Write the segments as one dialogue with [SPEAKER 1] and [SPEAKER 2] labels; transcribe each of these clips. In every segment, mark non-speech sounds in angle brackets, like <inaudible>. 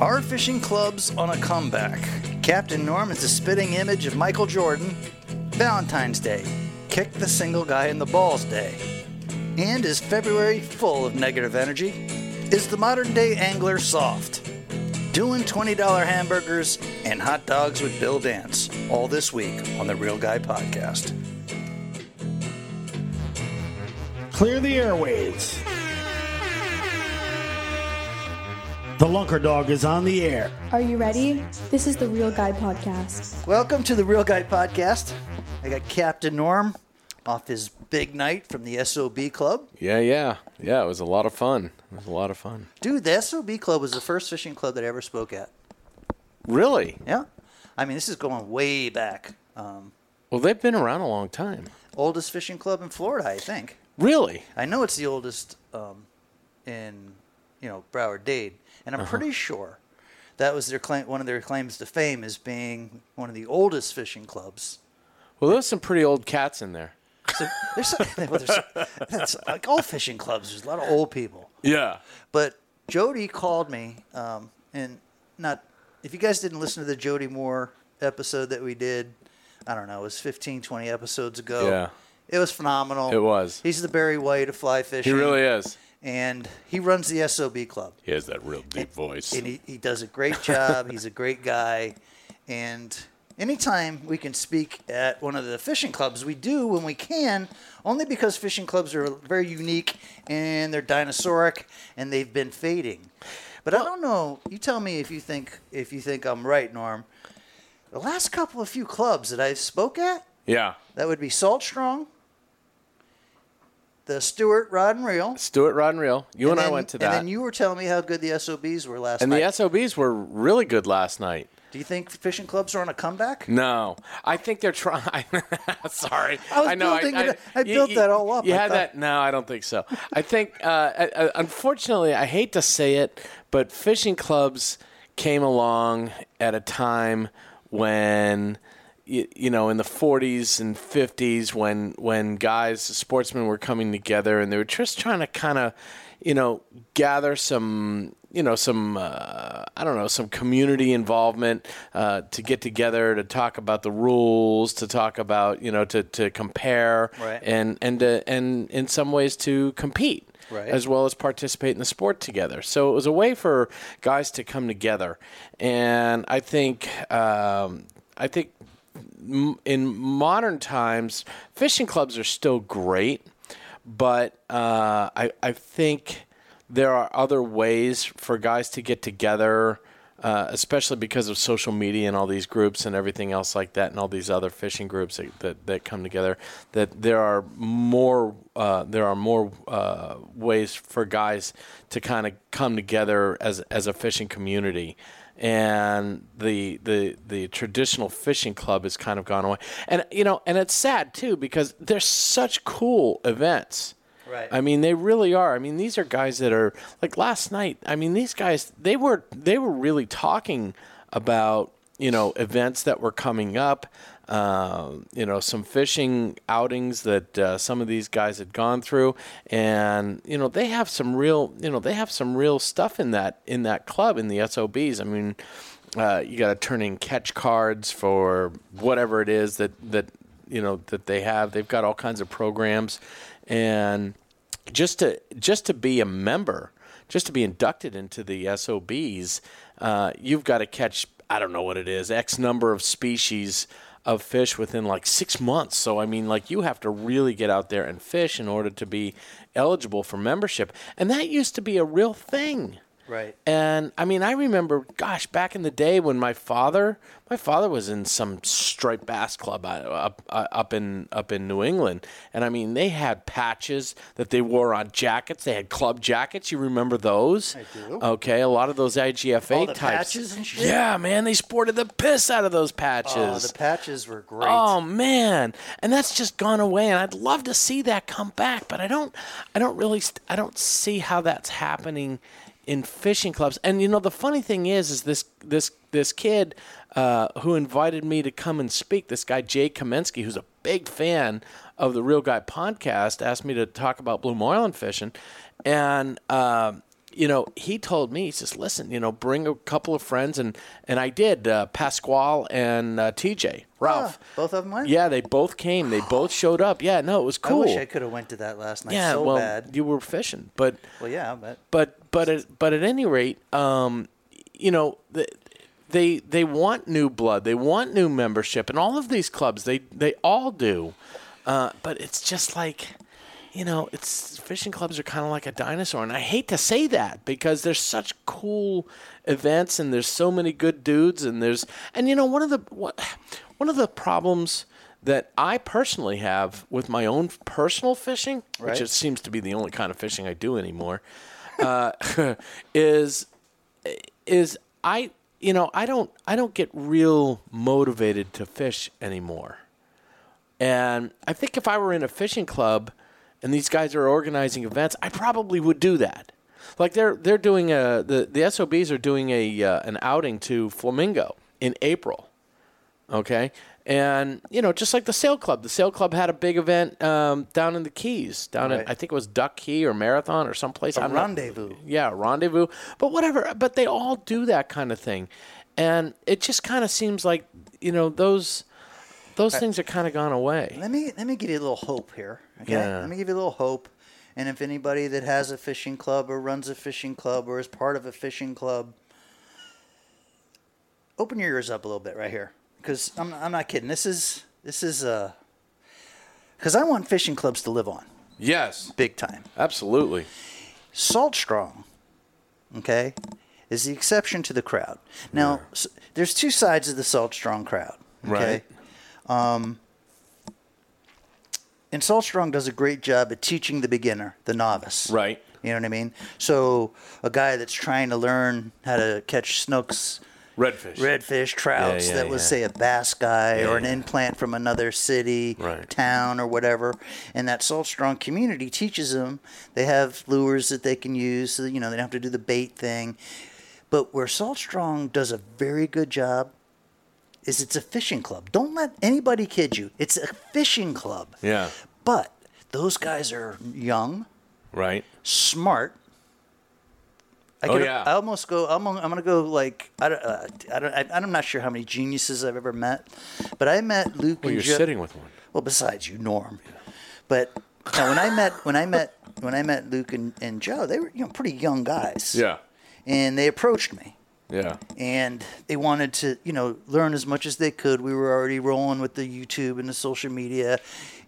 [SPEAKER 1] Our fishing clubs on a comeback. Captain Norm is the spitting image of Michael Jordan. Valentine's Day. Kick the single guy in the balls day. And is February full of negative energy? Is the modern day angler soft? Doing $20 hamburgers and hot dogs with Bill Dance. All this week on the Real Guy Podcast.
[SPEAKER 2] Clear the airways. The Lunker Dog is on the air.
[SPEAKER 3] Are you ready? This is the Real Guy Podcast.
[SPEAKER 1] Welcome to the Real Guy Podcast. I got Captain Norm off his big night from the SOB Club.
[SPEAKER 4] Yeah, yeah, yeah. It was a lot of fun. It was a lot of fun.
[SPEAKER 1] Dude, the SOB Club was the first fishing club that I ever spoke at.
[SPEAKER 4] Really?
[SPEAKER 1] Yeah. I mean, this is going way back. Um,
[SPEAKER 4] Well, they've been around a long time.
[SPEAKER 1] oldest fishing club in Florida, I think.
[SPEAKER 4] Really?
[SPEAKER 1] I know it's the oldest um, in, you know, Broward Dade. And I'm pretty sure that was their claim, one of their claims to fame is being one of the oldest fishing clubs
[SPEAKER 4] Well, there's some pretty old cats in there.
[SPEAKER 1] So <laughs> there's, some, well, there's that's like all fishing clubs. There's a lot of old people.
[SPEAKER 4] Yeah.
[SPEAKER 1] But Jody called me, um, and not if you guys didn't listen to the Jody Moore episode that we did, I don't know, it was 15, 20 episodes ago.
[SPEAKER 4] Yeah.
[SPEAKER 1] It was phenomenal.
[SPEAKER 4] It was.
[SPEAKER 1] He's the Barry White of fly
[SPEAKER 4] He
[SPEAKER 1] fishing.
[SPEAKER 4] really is.
[SPEAKER 1] And he runs the SOB club.
[SPEAKER 4] He has that real deep voice.
[SPEAKER 1] And he, he does a
[SPEAKER 4] <laughs>
[SPEAKER 1] great job. He's a great guy. And anytime we can speak at one of the fishing clubs, we do when we can, only because fishing clubs are very unique and they're dinosauric and they've been fading. But I don't know. You tell me if you think if you think I'm right, Norm. The last couple of few clubs that I spoke at,
[SPEAKER 4] yeah.
[SPEAKER 1] that would be Salt Strong, the Stewart Rod and Reel.
[SPEAKER 4] Stuart Rod and Reel. You and,
[SPEAKER 1] then-
[SPEAKER 4] I went to
[SPEAKER 1] And
[SPEAKER 4] that.
[SPEAKER 1] then you were telling me how good the SOBs were last
[SPEAKER 4] And
[SPEAKER 1] night.
[SPEAKER 4] the SOBs were really good last night.
[SPEAKER 1] Do you think fishing clubs are on a comeback?
[SPEAKER 4] No, I think they're trying. <laughs> Sorry,
[SPEAKER 1] I was
[SPEAKER 4] know.
[SPEAKER 1] building it up. I built that all up.
[SPEAKER 4] You
[SPEAKER 1] I
[SPEAKER 4] had
[SPEAKER 1] thought-
[SPEAKER 4] that? No, I don't think so. I think, uh, I- I- unfortunately, I hate to say it, but fishing clubs came along at a time when. y- You know, in the 40s and 50s, when when guys, sportsmen were coming together, and they were just trying to kind of, you know, gather some, you know, some uh, I don't know, some community involvement uh, to get together to talk about the rules, to talk about you know, to to compare
[SPEAKER 1] Right.
[SPEAKER 4] and and to, and in some ways to compete.
[SPEAKER 1] Right.
[SPEAKER 4] As well as participate in the sport together, so it was a way for guys to come together, and I think um, I think m- in modern times, fishing clubs are still great, but uh, I I think there are other ways for guys to get together, uh, especially because of social media and all these groups and everything else like that, and all these other fishing groups that, that, that come together. That there are more uh, there are more uh, ways for guys to kind of come together as as a fishing community and the the the traditional fishing club has kind of gone away. And you know, and it's sad too because they're such cool events.
[SPEAKER 1] Right.
[SPEAKER 4] I mean, they really are. I mean, these are guys that are like last night. I mean, these guys they were they were really talking about you know events that were coming up. Um, you know, some fishing outings that uh, some of these guys had gone through, and you know they have some real you know they have some real stuff in that in that club in the SOBs. I mean, uh, you got to turn in catch cards for whatever it is that that you know that they have. They've got all kinds of programs, and just to just to be a member, just to be inducted into the SOBs, uh, you've got to catch I don't know what it is X number of species of fish within like six months. So I mean, like you have to really get out there and fish in order to be eligible for membership, and that used to be a real thing.
[SPEAKER 1] Right.
[SPEAKER 4] And I mean, I remember, gosh, back in the day when my father, my father was in some striped bass club uh, up uh, up in up in New England, and I mean, they had patches that they wore on jackets. They had club jackets. You remember those? I
[SPEAKER 1] do.
[SPEAKER 4] Okay, a lot of those IGFA
[SPEAKER 1] All the
[SPEAKER 4] types.
[SPEAKER 1] patches and shit?
[SPEAKER 4] Yeah, man, they sported the piss out of those patches.
[SPEAKER 1] Oh, the patches were great.
[SPEAKER 4] Oh man, and that's just gone away, and I'd love to see that come back, but I don't, I don't really, st- I don't see how that's happening in fishing clubs. And you know, the funny thing is, is this this this kid uh, who invited me to come and speak, this guy Jay Kamensky, who's a big fan of the Real Guy podcast, asked me to talk about blue marlin fishing, and. um you know, he told me, he says, listen, you know, bring a couple of friends. And, and I did, uh, Pasquale and uh, TJ, Ralph.
[SPEAKER 1] Ah, both of them went?
[SPEAKER 4] Yeah, they both came. They
[SPEAKER 1] <gasps>
[SPEAKER 4] both showed up. Yeah, no, it was cool.
[SPEAKER 1] I wish I could have went to that last night
[SPEAKER 4] yeah,
[SPEAKER 1] so
[SPEAKER 4] well,
[SPEAKER 1] bad.
[SPEAKER 4] you were fishing. But,
[SPEAKER 1] Well, yeah, but
[SPEAKER 4] but but at, but at any rate, um, you know, th- they they want new blood, they want new membership, and all of these clubs they they all do. Uh, but it's just like, you know, it's fishing clubs are kind of like a dinosaur, and I hate to say that because there's such cool events, and there's so many good dudes, and there's and you know one of the what, one of the problems that I personally have with my own personal fishing,
[SPEAKER 1] Right.
[SPEAKER 4] which it seems to be the only kind of fishing I do anymore, uh, <laughs> is is I you know I don't I don't get real motivated to fish anymore. And I think if I were in a fishing club and these guys are organizing events, I probably would do that. Like they're they're doing a the, the SOBs are doing a uh, an outing to Flamingo in April. Okay. And you know, just like the Sail Club, the Sail Club had a big event um, down in the Keys, down in
[SPEAKER 1] Right.
[SPEAKER 4] I think it was Duck Key or Marathon or someplace.
[SPEAKER 1] A
[SPEAKER 4] I'm not-
[SPEAKER 1] rendezvous.
[SPEAKER 4] yeah, rendezvous, but whatever. But they all do that kind of thing, and it just kind of seems like you know those those things are kind of gone away.
[SPEAKER 1] let me let me give you a little hope here. Okay,
[SPEAKER 4] Yeah.
[SPEAKER 1] let me give you a little hope. And if anybody that has a fishing club or runs a fishing club or is part of a fishing club, open your ears up a little bit right here, because I'm I'm not kidding. This is this is uh, because I want fishing clubs to live on
[SPEAKER 4] Yes,
[SPEAKER 1] big time.
[SPEAKER 4] absolutely.
[SPEAKER 1] Salt Strong, okay, is the exception to the crowd. Now, s there's two sides of the Salt Strong crowd, okay?
[SPEAKER 4] Right.
[SPEAKER 1] Um, and Salt Strong does a great job at teaching the beginner, the novice.
[SPEAKER 4] Right.
[SPEAKER 1] You know what I mean? So, a guy that's trying to learn how to catch snooks,
[SPEAKER 4] Redfish.
[SPEAKER 1] redfish, trouts
[SPEAKER 4] Yeah, yeah,
[SPEAKER 1] that was
[SPEAKER 4] yeah.
[SPEAKER 1] say a bass guy
[SPEAKER 4] Yeah,
[SPEAKER 1] or an
[SPEAKER 4] yeah.
[SPEAKER 1] implant from another city,
[SPEAKER 4] Right.
[SPEAKER 1] town, or whatever. And that salt strong community teaches them. They have lures that they can use, so that, you know they don't have to do the bait thing. But where salt strong does a very good job is it's a fishing club. Don't let anybody kid you. It's a fishing club.
[SPEAKER 4] Yeah.
[SPEAKER 1] But those guys are young
[SPEAKER 4] Right.
[SPEAKER 1] smart. I
[SPEAKER 4] Oh,
[SPEAKER 1] could,
[SPEAKER 4] yeah.
[SPEAKER 1] I almost go. I'm, I'm gonna go like I don't. Uh, I don't. I, I'm not sure how many geniuses I've ever met, but I met Luke.
[SPEAKER 4] Well,
[SPEAKER 1] and
[SPEAKER 4] you're
[SPEAKER 1] Jo-
[SPEAKER 4] sitting with one.
[SPEAKER 1] Well, besides you, Norm. But now when I met when I met when I met Luke and, and Joe, they were you know pretty young guys. And they approached me
[SPEAKER 4] Yeah.
[SPEAKER 1] and they wanted to you know learn as much as they could we were already rolling with the youtube and the social media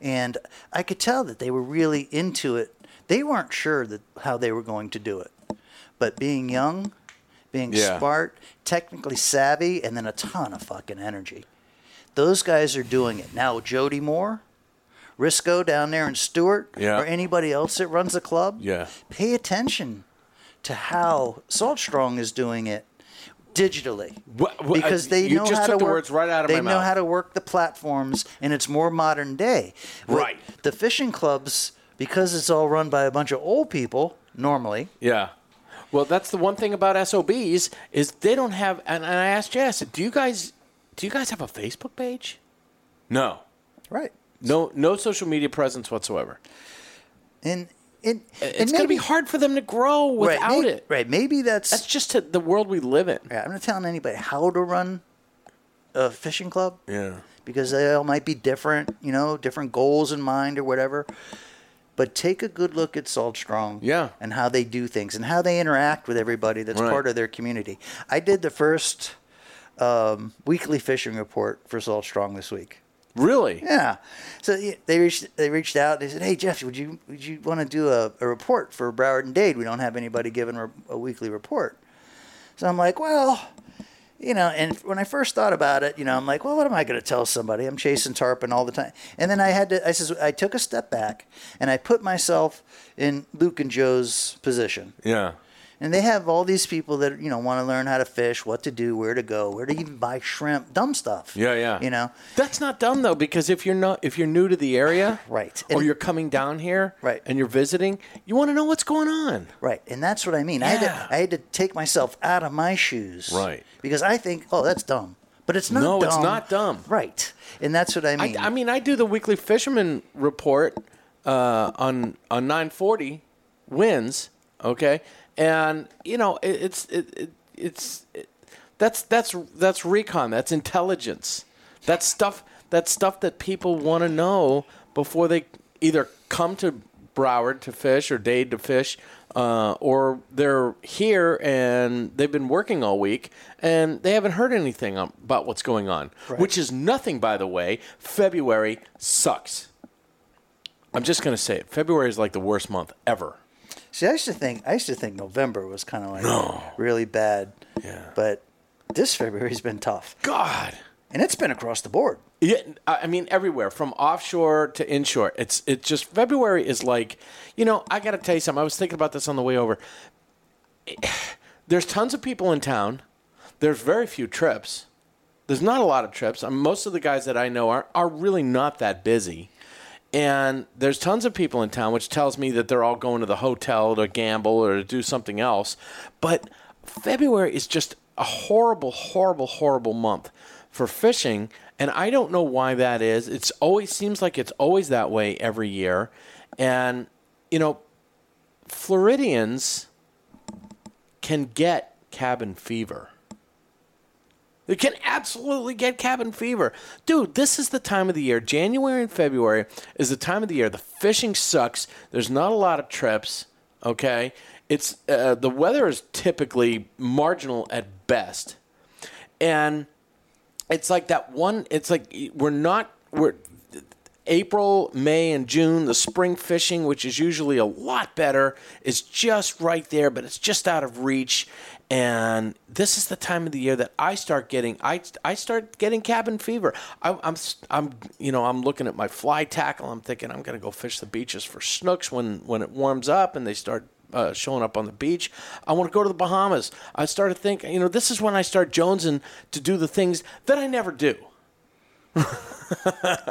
[SPEAKER 1] and i could tell that they were really into it they weren't sure that how they were going to do it but being young being
[SPEAKER 4] Yeah.
[SPEAKER 1] smart technically savvy and then a ton of fucking energy those guys are doing it now jody moore risco down there and stewart
[SPEAKER 4] Yeah.
[SPEAKER 1] or anybody else that runs a club
[SPEAKER 4] Yeah.
[SPEAKER 1] pay attention to how Salt Strong is doing it digitally.
[SPEAKER 4] Wha- wha-
[SPEAKER 1] because they
[SPEAKER 4] uh, you
[SPEAKER 1] know
[SPEAKER 4] just
[SPEAKER 1] how
[SPEAKER 4] took
[SPEAKER 1] to
[SPEAKER 4] the
[SPEAKER 1] work,
[SPEAKER 4] words right out of
[SPEAKER 1] they
[SPEAKER 4] my
[SPEAKER 1] know
[SPEAKER 4] mouth.
[SPEAKER 1] how to work the platforms, and it's more modern day. What-
[SPEAKER 4] Right.
[SPEAKER 1] The fishing clubs, because it's all run by a bunch of old people normally.
[SPEAKER 4] Yeah. Well, that's the one thing about SOBs is they don't have. And, and I asked Jess, do you guys do you guys have a Facebook page? No.
[SPEAKER 1] Right.
[SPEAKER 4] No. No social media presence whatsoever.
[SPEAKER 1] And it,
[SPEAKER 4] Uh, It's going to be hard for them to grow without
[SPEAKER 1] right, may-
[SPEAKER 4] it.
[SPEAKER 1] Right. Maybe that's.
[SPEAKER 4] That's just to the world we live in.
[SPEAKER 1] yeah, I'm not telling anybody how to run a fishing club.
[SPEAKER 4] Yeah.
[SPEAKER 1] because they all might be different, you know, different goals in mind or whatever. But take a good look at Salt Strong
[SPEAKER 4] Yeah.
[SPEAKER 1] and how they do things and how they interact with everybody that's
[SPEAKER 4] Right.
[SPEAKER 1] part of their community. I did the first um, weekly fishing report for Salt Strong this week.
[SPEAKER 4] Really?
[SPEAKER 1] Yeah. So yeah, they reached they reached out. They said, "Hey Jeff, would you would you want to do a, a report for Broward and Dade? We don't have anybody giving a, a weekly report." So I'm like, "Well, you know." And when I first thought about it, you know, I'm like, "Well, what am I going to tell somebody? I'm chasing tarpon all the time." And then I had to. I says I took a step back and I put myself in Luke and Joe's position.
[SPEAKER 4] Yeah.
[SPEAKER 1] And they have all these people that you know want to learn how to fish, what to do, where to go, where to even buy shrimp, dumb stuff.
[SPEAKER 4] Yeah, yeah.
[SPEAKER 1] You know,
[SPEAKER 4] That's not dumb though, because if you're not if you're new to the area,
[SPEAKER 1] <sighs> Right.
[SPEAKER 4] or
[SPEAKER 1] And-
[SPEAKER 4] you're coming down here,
[SPEAKER 1] Right.
[SPEAKER 4] and you're visiting, you want to know what's going on.
[SPEAKER 1] Right, and that's what I mean. I had
[SPEAKER 4] Yeah.
[SPEAKER 1] to I had to take myself out of my shoes.
[SPEAKER 4] Right.
[SPEAKER 1] Because I think, oh, that's dumb, but it's not.
[SPEAKER 4] No,
[SPEAKER 1] dumb.
[SPEAKER 4] it's not dumb.
[SPEAKER 1] Right, and that's what I
[SPEAKER 4] I,
[SPEAKER 1] mean.
[SPEAKER 4] I mean, I do the weekly fisherman report uh, on on 940 wins, okay, and you know it, it's it, it, it's it, that's that's that's recon. That's intelligence. That's stuff. That's stuff that people want to know before they either come to Broward to fish or Dade to fish, uh, or they're here and they've been working all week and they haven't heard anything on, about what's going on, which is nothing, by the way. February sucks. I'm just gonna say it. February is like the worst month ever.
[SPEAKER 1] See, I used to think I used to think November was kind of like really bad.
[SPEAKER 4] Yeah.
[SPEAKER 1] But this February's been tough,
[SPEAKER 4] God.
[SPEAKER 1] and it's been across the board.
[SPEAKER 4] Yeah, I I mean everywhere from offshore to inshore. It's it just February is like, you know, I got to tell you something. I was thinking about this on the way over. <sighs> There's tons of people in town. There's very few trips. There's not a lot of trips. I mean, most of the guys that I know are are really not that busy. And there's tons of people in town, which tells me that they're all going to the hotel to gamble or to do something else. But February is just a horrible, horrible, horrible month for fishing, and I don't know why that is. It's always seems like it's always that way every year, and you know, Floridians can get cabin fever. They can absolutely get cabin fever. Dude, this is the time of the year. January and February is the time of the year. The fishing sucks. There's not a lot of trips, okay? It's uh, the weather is typically marginal at best. And it's like that one it's like we're not we're April, May, and June, the spring fishing, which is usually a lot better, is just right there, but it's just out of reach. And this is the time of the year that I start getting I, I start getting cabin fever. I, I'm s- I'm you know I'm looking at my fly tackle. I'm thinking I'm gonna go fish the beaches for snooks when when it warms up and they start uh, showing up on the beach. I want to go to the Bahamas. I started thinking you know this is when I start jonesing to do the things that I never do.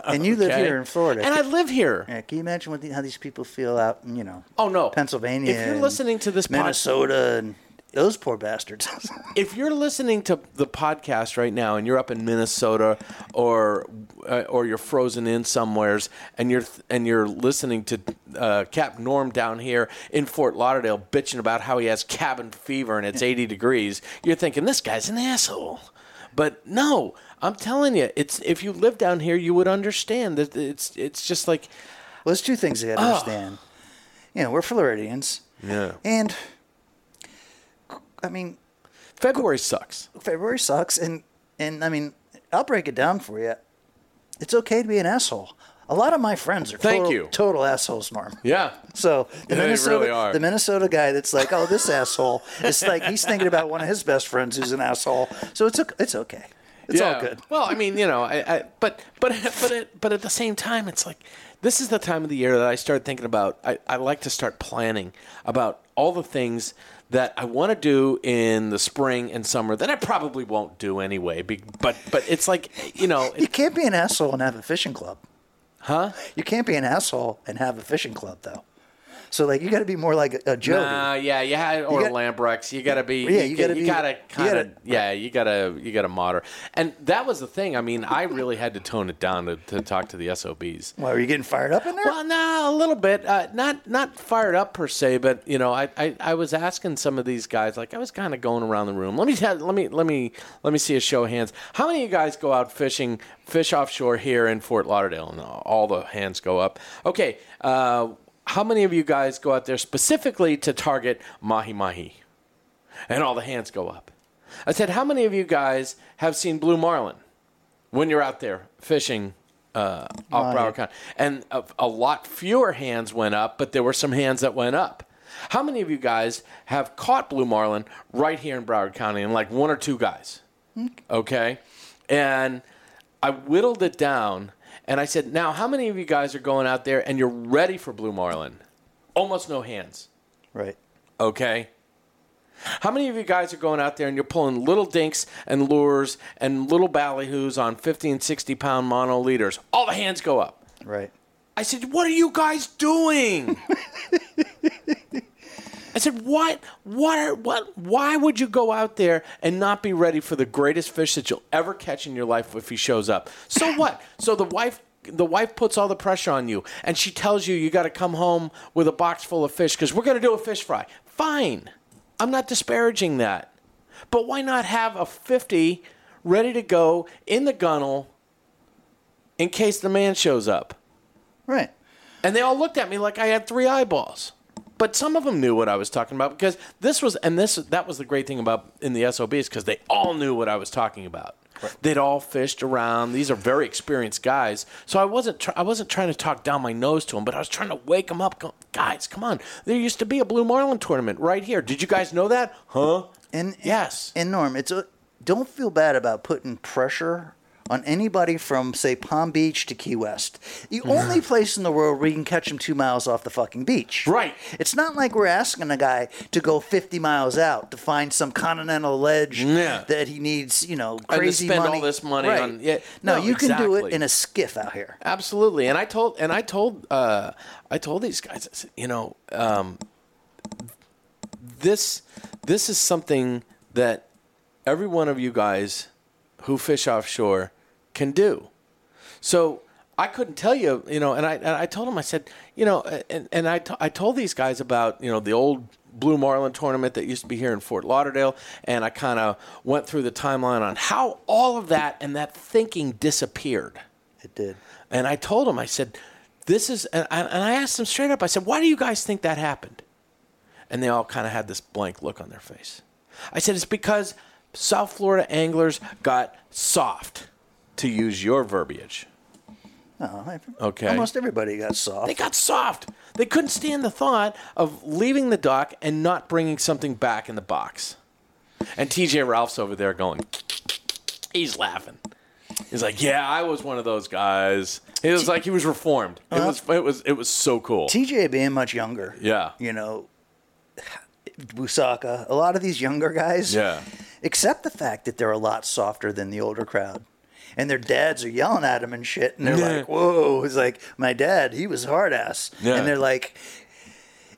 [SPEAKER 1] And you live
[SPEAKER 4] okay?
[SPEAKER 1] here in Florida.
[SPEAKER 4] and I live here.
[SPEAKER 1] Yeah, can you imagine what the, how these people feel out, in, you know?
[SPEAKER 4] Oh, no.
[SPEAKER 1] Pennsylvania.
[SPEAKER 4] If you're
[SPEAKER 1] and
[SPEAKER 4] listening to this pod-
[SPEAKER 1] Minnesota and those poor bastards. <laughs>
[SPEAKER 4] if you're listening to the podcast right now and you're up in Minnesota or uh, or you're frozen in somewheres and you're and you're listening to uh, Cap Norm down here in Fort Lauderdale bitching about how he has cabin fever and it's 80 degrees, you're thinking this guy's an asshole. But no, I'm telling you, it's if you live down here, you would understand that it's it's just like
[SPEAKER 1] well, there's two things you got to understand. You know, we're Floridians.
[SPEAKER 4] Yeah.
[SPEAKER 1] And I mean,
[SPEAKER 4] February sucks.
[SPEAKER 1] February sucks, and and I mean, I'll break it down for you. It's okay to be an asshole. A lot of my friends are
[SPEAKER 4] Thank
[SPEAKER 1] total,
[SPEAKER 4] you.
[SPEAKER 1] total assholes, Norm.
[SPEAKER 4] Yeah.
[SPEAKER 1] So the
[SPEAKER 4] They really
[SPEAKER 1] Minnesota,
[SPEAKER 4] are.
[SPEAKER 1] the Minnesota guy that's like, oh, this asshole. It's like he's thinking about one of his best friends who's an asshole. So it's okay. It's okay. It's all good.
[SPEAKER 4] Well, I mean, you know, I, I but but but at, but at the same time, it's like this is the time of the year that I start thinking about. I, I like to start planning about all the things that I want to do in the spring and summer that I probably won't do anyway. Be, but but it's like you know,
[SPEAKER 1] <laughs> You
[SPEAKER 4] it,
[SPEAKER 1] can't be an asshole and have a fishing club.
[SPEAKER 4] huh?
[SPEAKER 1] You can't be an asshole and have a fishing club though. So like, you got to be more like a, a Jody.
[SPEAKER 4] Nah, uh, yeah, yeah, or
[SPEAKER 1] got-
[SPEAKER 4] Lambrex. You gotta be,
[SPEAKER 1] Yeah, you
[SPEAKER 4] you, gotta,
[SPEAKER 1] gotta
[SPEAKER 4] you
[SPEAKER 1] be-
[SPEAKER 4] gotta
[SPEAKER 1] you
[SPEAKER 4] kind of,
[SPEAKER 1] <laughs> gotta-
[SPEAKER 4] yeah, you gotta, you gotta modder. And that was the thing. I mean, I really had to tone it down to, to talk to the SOBs.
[SPEAKER 1] Why are you getting fired up in there?
[SPEAKER 4] Well, no, a little bit. Uh, not not fired up per se, but you know, I, I, I was asking some of these guys. Like I was kind of going around the room. Let me tell, let me let me let me see a show of hands. How many of you guys go out fishing, fish offshore here in Fort Lauderdale? And all the hands go up. Okay, uh, how many of you guys go out there specifically to target mahi mahi? And all the hands go up. I said, how many of you guys have seen blue marlin? when you're out there fishing uh, off Broward County. And a, a lot fewer hands went up, but there were some hands that went up. How many of you guys have caught blue marlin right here in Broward County? And like one or two guys. Okay. And I whittled it down and I said, now, how many of you guys are going out there and you're ready for blue marlin? Almost no hands.
[SPEAKER 1] right.
[SPEAKER 4] Okay. How many of you guys are going out there and you're pulling little dinks and lures and little ballyhoos on 50 and 60 pound mono leaders? All the hands go up.
[SPEAKER 1] Right.
[SPEAKER 4] I said, "What are you guys doing?" I said, "What? What? Are, what? Why would you go out there and not be ready for the greatest fish that you'll ever catch in your life if he shows up?" So what? so the wife. The wife puts all the pressure on you, and she tells you you got to come home with a box full of fish because we're going to do a fish fry. Fine, I'm not disparaging that. But why not have a 50 ready to go in the gunnel in case the man shows up?
[SPEAKER 1] Right.
[SPEAKER 4] And they all looked at me like I had three eyeballs. But some of them knew what I was talking about because this was, and this that was the great thing about in the SOBs because they all knew what I was talking about. They'd all fished around. These are very experienced guys, so I wasn't try I wasn't trying to talk down my nose to them, but I was trying to wake them up. Go, guys, come on! There used to be a blue marlin tournament right here. Did you guys know that? Huh?
[SPEAKER 1] And
[SPEAKER 4] Yes.
[SPEAKER 1] and Norm, it's a, don't feel bad about putting pressure on anybody from say Palm Beach to Key West. The
[SPEAKER 4] Mm-hmm.
[SPEAKER 1] only place in the world where you can catch them two miles off the fucking beach.
[SPEAKER 4] Right.
[SPEAKER 1] It's not like we're asking a guy to go 50 miles out to find some continental ledge
[SPEAKER 4] Yeah.
[SPEAKER 1] that he needs. You know,
[SPEAKER 4] to
[SPEAKER 1] crazy
[SPEAKER 4] spend all
[SPEAKER 1] money.
[SPEAKER 4] this money
[SPEAKER 1] Right.
[SPEAKER 4] on- yeah.
[SPEAKER 1] No,
[SPEAKER 4] No,
[SPEAKER 1] you can do it
[SPEAKER 4] exactly.
[SPEAKER 1] in a skiff out here.
[SPEAKER 4] Absolutely. And I told and I told uh, I told these guys, I said, you know, um, this this is something that every one of you guys who fish offshore can do. So I couldn't tell you, you know, and I and I told him I said, you know, and and I to- I told these guys about you know the old Blue Marlin tournament that used to be here in Fort Lauderdale, and I kind of went through the timeline on how all of that and that thinking disappeared.
[SPEAKER 1] It did.
[SPEAKER 4] And I told him, I said, this is, and I, and I asked them straight up, I said, why do you guys think that happened? And they all kind of had this blank look on their face. I said, it's because South Florida anglers got soft, to use your verbiage.
[SPEAKER 1] No, I-
[SPEAKER 4] Okay.
[SPEAKER 1] Almost everybody got soft.
[SPEAKER 4] They got soft. They couldn't stand the thought of leaving the dock and not bringing something back in the box. And TJ Ralph's over there going, he's laughing. He's like, yeah, I was one of those guys. It was like he was reformed. It
[SPEAKER 1] Uh-huh.
[SPEAKER 4] was, it was, it was so cool.
[SPEAKER 1] TJ being much younger.
[SPEAKER 4] Yeah.
[SPEAKER 1] You know, Busaka, a lot of these younger guys.
[SPEAKER 4] Yeah.
[SPEAKER 1] Except the fact that they're a lot softer than the older crowd. And their dads are yelling at them and shit. And they're
[SPEAKER 4] Yeah.
[SPEAKER 1] like, whoa. It's like, my dad, he was hard ass.
[SPEAKER 4] Yeah.
[SPEAKER 1] And they're like,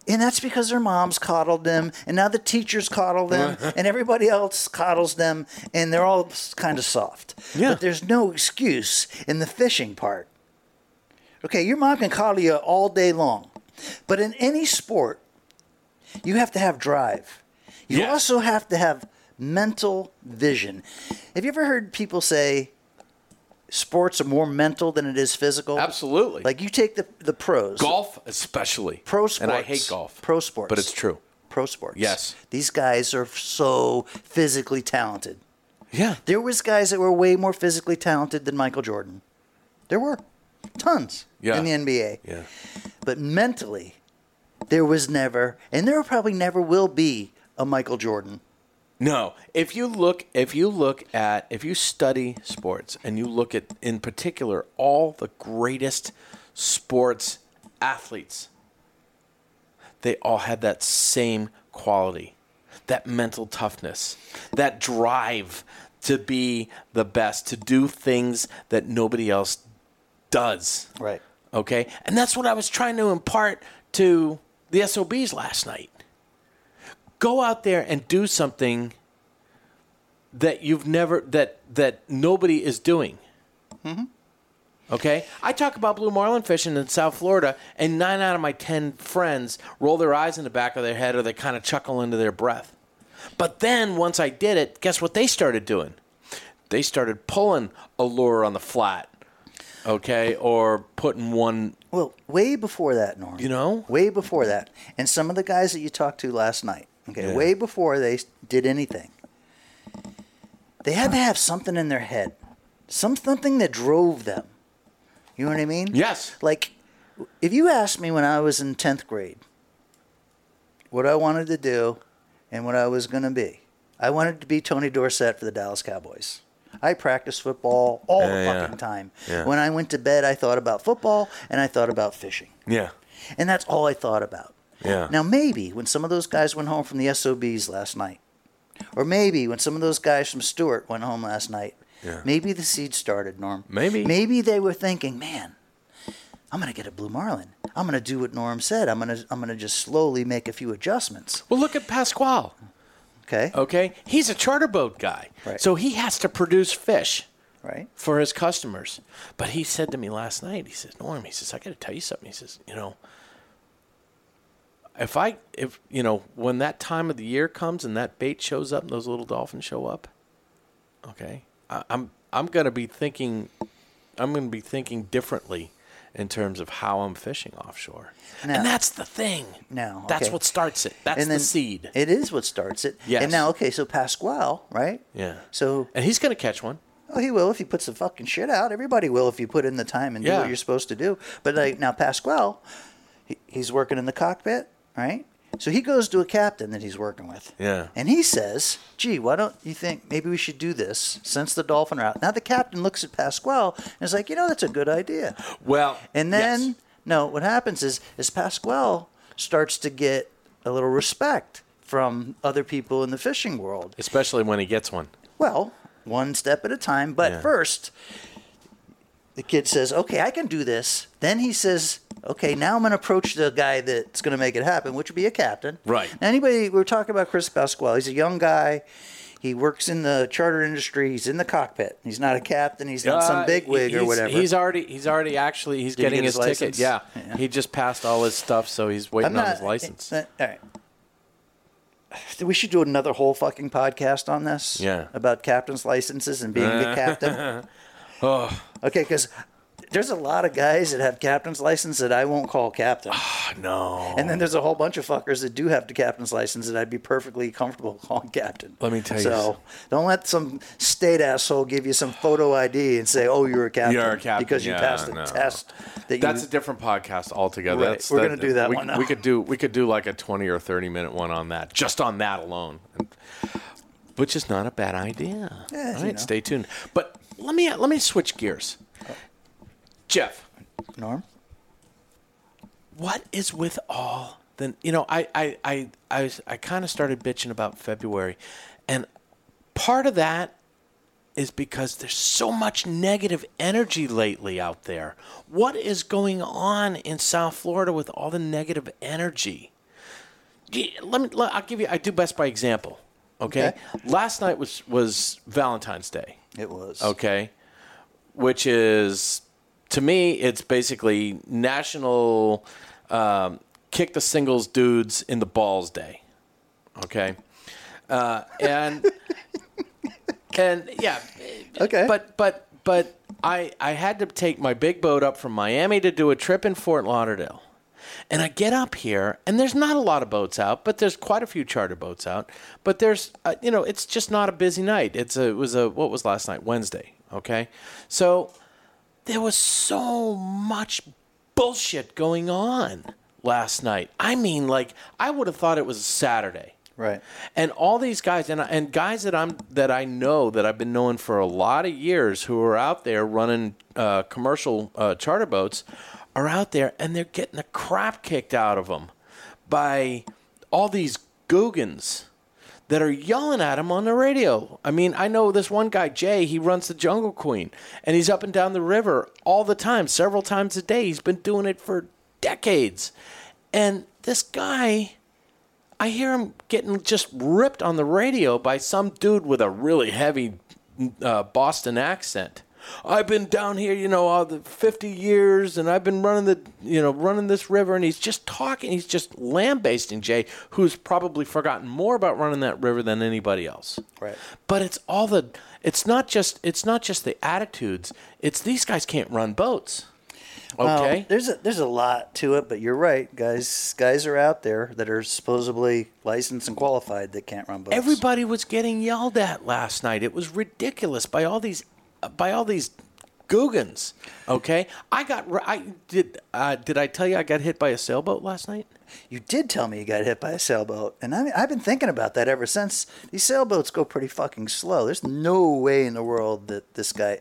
[SPEAKER 1] and that's because their moms coddled them. And now the teachers coddle
[SPEAKER 4] <laughs>
[SPEAKER 1] them. and everybody else coddles them. And they're all kind of soft.
[SPEAKER 4] Yeah.
[SPEAKER 1] But there's no excuse in the fishing part. Okay, your mom can coddle you all day long, but in any sport, you have to have drive. You
[SPEAKER 4] Yeah.
[SPEAKER 1] also have to have mental vision. Have you ever heard people say sports are more mental than it is physical?
[SPEAKER 4] Absolutely.
[SPEAKER 1] Like you take the the pros,
[SPEAKER 4] golf, especially.
[SPEAKER 1] pro sports,
[SPEAKER 4] And I hate golf.
[SPEAKER 1] pro sports,
[SPEAKER 4] But it's true.
[SPEAKER 1] pro sports.
[SPEAKER 4] Yes.
[SPEAKER 1] these guys are so physically talented.
[SPEAKER 4] Yeah.
[SPEAKER 1] There was guys that were way more physically talented than Michael Jordan. There were tons
[SPEAKER 4] Yeah.
[SPEAKER 1] in the NBA.
[SPEAKER 4] Yeah.
[SPEAKER 1] But mentally, there was never, and there probably never will be a Michael Jordan.
[SPEAKER 4] No, if you look, if you look at, if you study sports and you look at, in particular, all the greatest sports athletes, they all had that same quality, that mental toughness, that drive to be the best, to do things that nobody else does.
[SPEAKER 1] Right.
[SPEAKER 4] Okay. And that's what I was trying to impart to the SOBs last night. Go out there and do something that you've never that that nobody is doing. Okay, I talk about blue marlin fishing in South Florida, and nine out of my ten friends roll their eyes in the back of their head or they kind of chuckle into their breath. But then once I did it, guess what they started doing? They started pulling a lure on the flat, okay, or putting one.
[SPEAKER 1] Well, way before that, Norm.
[SPEAKER 4] You know?
[SPEAKER 1] Way before that. And some of the guys that you talked to last night, okay,
[SPEAKER 4] Yeah.
[SPEAKER 1] way before they s- did anything, they had to have something in their head, some something that drove them. You know what I mean?
[SPEAKER 4] Yes.
[SPEAKER 1] Like, if you asked me when I was in 10th grade what I wanted to do and what I was going to be, I wanted to be Tony Dorsett for the Dallas Cowboys. I practiced football all the
[SPEAKER 4] Yeah, yeah.
[SPEAKER 1] fucking time.
[SPEAKER 4] Yeah.
[SPEAKER 1] When I went to bed, I thought about football and I thought about fishing.
[SPEAKER 4] Yeah.
[SPEAKER 1] And that's all I thought about.
[SPEAKER 4] Yeah.
[SPEAKER 1] Now, maybe when some of those guys went home from the SOBs last night, or maybe when some of those guys from Stewart went home last night,
[SPEAKER 4] Yeah.
[SPEAKER 1] maybe the seed started, Norm.
[SPEAKER 4] Maybe.
[SPEAKER 1] Maybe they were thinking, man, I'm going to get a blue marlin. I'm going to do what Norm said. I'm going to I'm going to just slowly make a few adjustments.
[SPEAKER 4] Well, look at Pasquale.
[SPEAKER 1] Okay.
[SPEAKER 4] Okay, he's a charter boat guy,
[SPEAKER 1] Right.
[SPEAKER 4] so he has to produce fish.
[SPEAKER 1] Right.
[SPEAKER 4] for his customers. But he said to me last night, he says, Norm, he says, I got to tell you something. He says, you know, if I if you know when that time of the year comes and that bait shows up and those little dolphins show up, okay, I, I'm I'm gonna be thinking, I'm gonna be thinking differently in terms of how I'm fishing offshore,
[SPEAKER 1] Now-
[SPEAKER 4] and that's the thing.
[SPEAKER 1] Now,
[SPEAKER 4] that's
[SPEAKER 1] okay.
[SPEAKER 4] what starts it. That's
[SPEAKER 1] and then
[SPEAKER 4] the seed.
[SPEAKER 1] It is what starts it.
[SPEAKER 4] Yes.
[SPEAKER 1] And now, okay, so Pasquale, right?
[SPEAKER 4] yeah.
[SPEAKER 1] So
[SPEAKER 4] and he's gonna catch one.
[SPEAKER 1] Oh, he will if he puts the fucking shit out. Everybody will if you put in the time and do
[SPEAKER 4] Yeah.
[SPEAKER 1] what you're supposed to do. But like now, Pasquale, he, he's working in the cockpit, right? So he goes to a captain that he's working with.
[SPEAKER 4] Yeah.
[SPEAKER 1] And he says, gee, why don't you think maybe we should do this since the dolphin are out? Now the captain looks at Pasquale and is like, you know, that's a good idea.
[SPEAKER 4] Well,
[SPEAKER 1] And
[SPEAKER 4] yes.
[SPEAKER 1] then, no, what happens is, is Pasquale starts to get a little respect from other people in the fishing world.
[SPEAKER 4] especially when he gets one.
[SPEAKER 1] Well, one step at a time. But
[SPEAKER 4] Yeah.
[SPEAKER 1] first, the kid says, okay, I can do this. Then he says, okay, now I'm going to approach the guy that's going to make it happen, which would be a captain.
[SPEAKER 4] Right.
[SPEAKER 1] Now, anybody, we are talking about Chris Pasquale. He's a young guy. He works in the charter industry. He's in the cockpit. He's not a captain. He's not
[SPEAKER 4] Uh,
[SPEAKER 1] some big wig
[SPEAKER 4] he's-
[SPEAKER 1] or whatever.
[SPEAKER 4] He's already he's already actually he's
[SPEAKER 1] Did he
[SPEAKER 4] getting
[SPEAKER 1] get
[SPEAKER 4] his,
[SPEAKER 1] his
[SPEAKER 4] ticket.
[SPEAKER 1] license?
[SPEAKER 4] Yeah.
[SPEAKER 1] Yeah.
[SPEAKER 4] he just passed all his stuff, so he's waiting on
[SPEAKER 1] <laughs>
[SPEAKER 4] his license.
[SPEAKER 1] uh, all right. We should do another whole fucking podcast on this.
[SPEAKER 4] Yeah.
[SPEAKER 1] About captain's licenses and being the captain.
[SPEAKER 4] <laughs> oh
[SPEAKER 1] Okay, because there's a lot of guys that have captain's license that I won't call captain,
[SPEAKER 4] Oh. no!
[SPEAKER 1] and then there's a whole bunch of fuckers that do have the captain's license that I'd be perfectly comfortable calling captain.
[SPEAKER 4] Let me tell you
[SPEAKER 1] So
[SPEAKER 4] something.
[SPEAKER 1] don't let some state asshole give you some photo ID and say, "Oh, you're a captain,"
[SPEAKER 4] You're a captain,
[SPEAKER 1] because you
[SPEAKER 4] yeah,
[SPEAKER 1] passed the
[SPEAKER 4] no.
[SPEAKER 1] test. That
[SPEAKER 4] That's a
[SPEAKER 1] you,
[SPEAKER 4] different podcast altogether.
[SPEAKER 1] Right,
[SPEAKER 4] That's,
[SPEAKER 1] we're gonna do that
[SPEAKER 4] we,
[SPEAKER 1] one now.
[SPEAKER 4] We could do we could do like a twenty or thirty minute one on that, just on that alone, And- which is not a bad idea.
[SPEAKER 1] Yeah,
[SPEAKER 4] All
[SPEAKER 1] you
[SPEAKER 4] right,
[SPEAKER 1] know.
[SPEAKER 4] stay tuned. But let me let me switch gears. Jeff,
[SPEAKER 1] Norm.
[SPEAKER 4] what is with all the you know i i i i, was- I kind of started bitching about february and part of that is because there's so much negative energy lately out there what is going on in south florida with all the negative energy G- let me let, i'll give you i do best by example okay,
[SPEAKER 1] Okay.
[SPEAKER 4] last night was was valentine's day
[SPEAKER 1] It was
[SPEAKER 4] Okay. Which is, to me, it's basically National um, Kick the Singles Dudes in the Balls Day. Okay. Uh, and, <laughs> and yeah.
[SPEAKER 1] Okay.
[SPEAKER 4] But, but, but I, I had to take my big boat up from Miami to do a trip in Fort Lauderdale. And I get up here, and there's not a lot of boats out, but there's quite a few charter boats out. But there's, uh, you know, it's just not a busy night. It's a, it was a, what was last night? Wednesday. Okay. So there was so much bullshit going on last night. I mean, like, I would have thought it was Saturday.
[SPEAKER 1] Right.
[SPEAKER 4] And all these guys and and guys that I'm that I know that I've been knowing for a lot of years who are out there running uh, commercial uh, charter boats are out there and they're getting the crap kicked out of them by all these googans that are yelling at him on the radio. I mean, I know this one guy, Jay, he runs the Jungle Queen and he's up and down the river all the time, several times a day. He's been doing it for decades. And this guy I hear him getting just ripped on the radio by some dude with a really heavy uh, Boston accent. I've been down here, you know, all the 50 years, and I've been running the, you know, running this river, and he's just talking, he's just lambasting Jay, who's probably forgotten more about running that river than anybody else.
[SPEAKER 1] Right.
[SPEAKER 4] But it's all the, it's not just, it's not just the attitudes. It's these guys can't run boats.
[SPEAKER 1] Well,
[SPEAKER 4] Okay.
[SPEAKER 1] Oh, there's a there's a lot to it, but you're right, guys. Guys are out there that are supposedly licensed and qualified that can't run boats.
[SPEAKER 4] Everybody was getting yelled at last night. It was ridiculous by all these, by all these googans. Okay, I got. r- I did. Uh, did I tell you I got hit by a sailboat last night?
[SPEAKER 1] You did tell me you got hit by a sailboat, and I, I've been thinking about that ever since. These sailboats go pretty fucking slow. There's no way in the world that this guy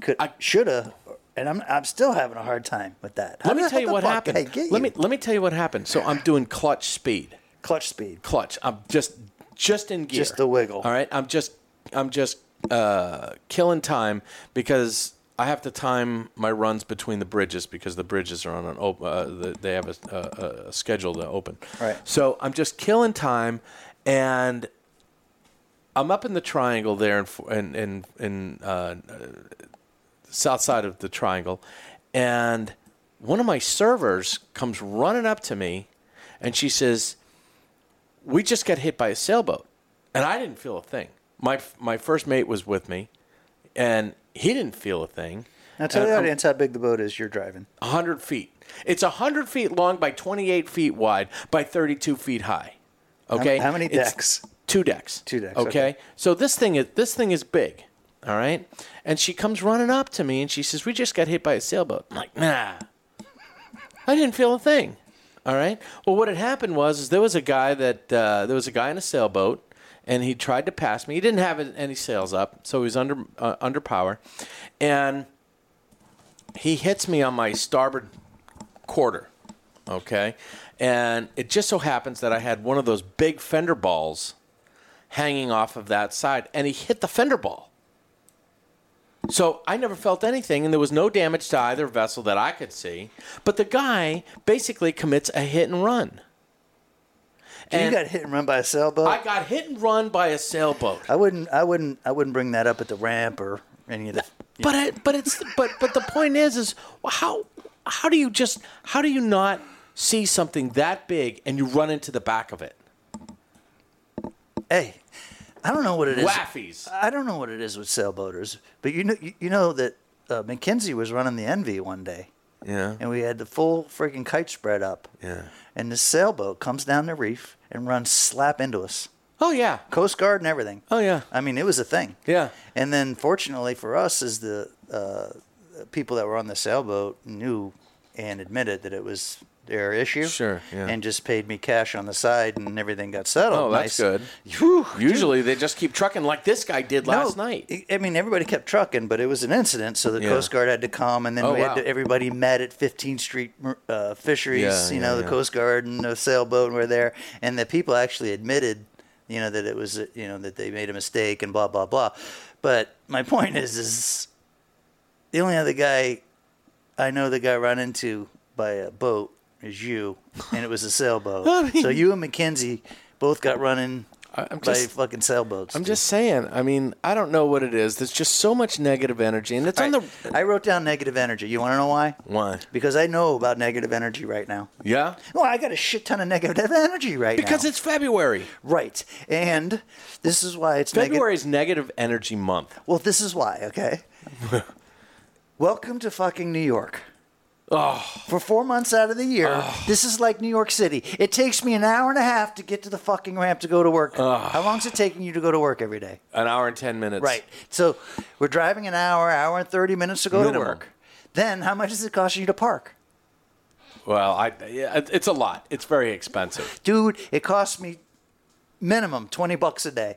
[SPEAKER 1] could
[SPEAKER 4] I-
[SPEAKER 1] shoulda, and I'm I'm still having a hard time with that. How
[SPEAKER 4] Let me
[SPEAKER 1] the-
[SPEAKER 4] tell
[SPEAKER 1] how
[SPEAKER 4] you
[SPEAKER 1] the
[SPEAKER 4] what
[SPEAKER 1] fuck I
[SPEAKER 4] happened.
[SPEAKER 1] get
[SPEAKER 4] Let
[SPEAKER 1] you?
[SPEAKER 4] me let me tell you what happened. So I'm doing clutch speed.
[SPEAKER 1] clutch speed.
[SPEAKER 4] clutch. I'm just just in gear.
[SPEAKER 1] Just the wiggle.
[SPEAKER 4] All right. I'm just I'm just uh, killing time because I have to time my runs between the bridges because the bridges are on an open. Uh, the- they have a, a, a schedule to open.
[SPEAKER 1] Right.
[SPEAKER 4] So I'm just killing time, and I'm up in the triangle there in Fo- in in, in uh, south side of the triangle, and one of my servers comes running up to me and she says, "We just got hit by a sailboat," and I didn't feel a thing. My my first mate was with me, and he didn't feel a thing.
[SPEAKER 1] Now tell
[SPEAKER 4] And
[SPEAKER 1] the
[SPEAKER 4] I'm-
[SPEAKER 1] audience how big the boat is you're driving.
[SPEAKER 4] 100 feet. It's 100 feet long by 28 feet wide by 32 feet high. Okay.
[SPEAKER 1] how many
[SPEAKER 4] It's
[SPEAKER 1] decks?
[SPEAKER 4] two decks.
[SPEAKER 1] Two decks,
[SPEAKER 4] Okay?
[SPEAKER 1] okay.
[SPEAKER 4] So this thing is this thing is big. All right. And she comes running up to me and she says, "We just got hit by a sailboat." I'm like, "Nah." I didn't feel a thing. All right. Well, what had happened was is there was a guy that uh, there was a guy in a sailboat, and he tried to pass me. He didn't have any sails up, so he was under uh, under power, and he hits me on my starboard quarter. Okay. And it just so happens that I had one of those big fender balls hanging off of that side, and he hit the fender ball. So I never felt anything, and there was no damage to either vessel that I could see. But the guy basically commits a hit and run.
[SPEAKER 1] you
[SPEAKER 4] And
[SPEAKER 1] got hit and run by a sailboat.
[SPEAKER 4] I got hit and run by a sailboat.
[SPEAKER 1] I wouldn't. I wouldn't. I wouldn't bring that up at the ramp or any of the.
[SPEAKER 4] But it, but it's but but the point is is how how do you just how do you not see something that big and you run into the back of it?
[SPEAKER 1] Hey, I don't know what it is.
[SPEAKER 4] Waffies.
[SPEAKER 1] I don't know what it is with sailboaters, but you know, you, you know that uh, McKenzie was running the Envy one day,
[SPEAKER 4] Yeah.
[SPEAKER 1] and we had the full freaking kite spread up.
[SPEAKER 4] Yeah.
[SPEAKER 1] And this sailboat comes down the reef and runs slap into us,
[SPEAKER 4] Oh yeah.
[SPEAKER 1] Coast Guard and everything.
[SPEAKER 4] Oh, yeah.
[SPEAKER 1] I mean, it was a thing.
[SPEAKER 4] Yeah.
[SPEAKER 1] And then, fortunately for us, is the uh, the people that were on the sailboat knew and admitted that it was their issue.
[SPEAKER 4] Sure, yeah.
[SPEAKER 1] And just paid me cash on the side, and everything got settled.
[SPEAKER 4] Oh, that's
[SPEAKER 1] Nice.
[SPEAKER 4] good.
[SPEAKER 1] Whew,
[SPEAKER 4] Usually they just keep trucking like this guy did last
[SPEAKER 1] no,
[SPEAKER 4] night.
[SPEAKER 1] I- I mean, everybody kept trucking, but it was an incident, so the
[SPEAKER 4] Yeah.
[SPEAKER 1] Coast Guard had to come, and then
[SPEAKER 4] Oh,
[SPEAKER 1] we
[SPEAKER 4] wow.
[SPEAKER 1] had to, everybody met at 15th Street uh, Fisheries.
[SPEAKER 4] Yeah,
[SPEAKER 1] you
[SPEAKER 4] yeah,
[SPEAKER 1] know, the
[SPEAKER 4] yeah.
[SPEAKER 1] Coast Guard and the sailboat were there, and the people actually admitted, you know, that it was, uh, you know, that they made a mistake and blah blah blah. But my <laughs> point is, is the only other guy I know that got run into by a boat is you, and it was a sailboat.
[SPEAKER 4] <laughs> I mean-
[SPEAKER 1] so you and Mackenzie both got run in
[SPEAKER 4] I- I'm
[SPEAKER 1] by
[SPEAKER 4] just-
[SPEAKER 1] fucking sailboats.
[SPEAKER 4] I'm just saying. I mean, I don't know what it is. There's just so much negative energy, and it's on the
[SPEAKER 1] I wrote down negative energy. You want to know why?
[SPEAKER 4] Why?
[SPEAKER 1] Because I know about negative energy right now.
[SPEAKER 4] yeah
[SPEAKER 1] Well, I got a shit ton of negative energy right now.
[SPEAKER 4] because it's February.
[SPEAKER 1] right, and this is why it's negative.
[SPEAKER 4] February is negative energy month.
[SPEAKER 1] Well, this is why.
[SPEAKER 4] <laughs>
[SPEAKER 1] Okay. Welcome to fucking New York. Oh. For four months out of the year,
[SPEAKER 4] Oh.
[SPEAKER 1] this is like New York City. It takes me an hour and a half to get to the fucking ramp to go to work.
[SPEAKER 4] Oh.
[SPEAKER 1] How long's it taking you to go to work every day?
[SPEAKER 4] An hour and ten minutes.
[SPEAKER 1] Right. So we're driving an hour, hour and thirty minutes to go
[SPEAKER 4] Minimum.
[SPEAKER 1] to work. Then how much does it cost you to park?
[SPEAKER 4] Well, I yeah, it- it's a lot. It's very expensive.
[SPEAKER 1] dude it costs me minimum 20 bucks a day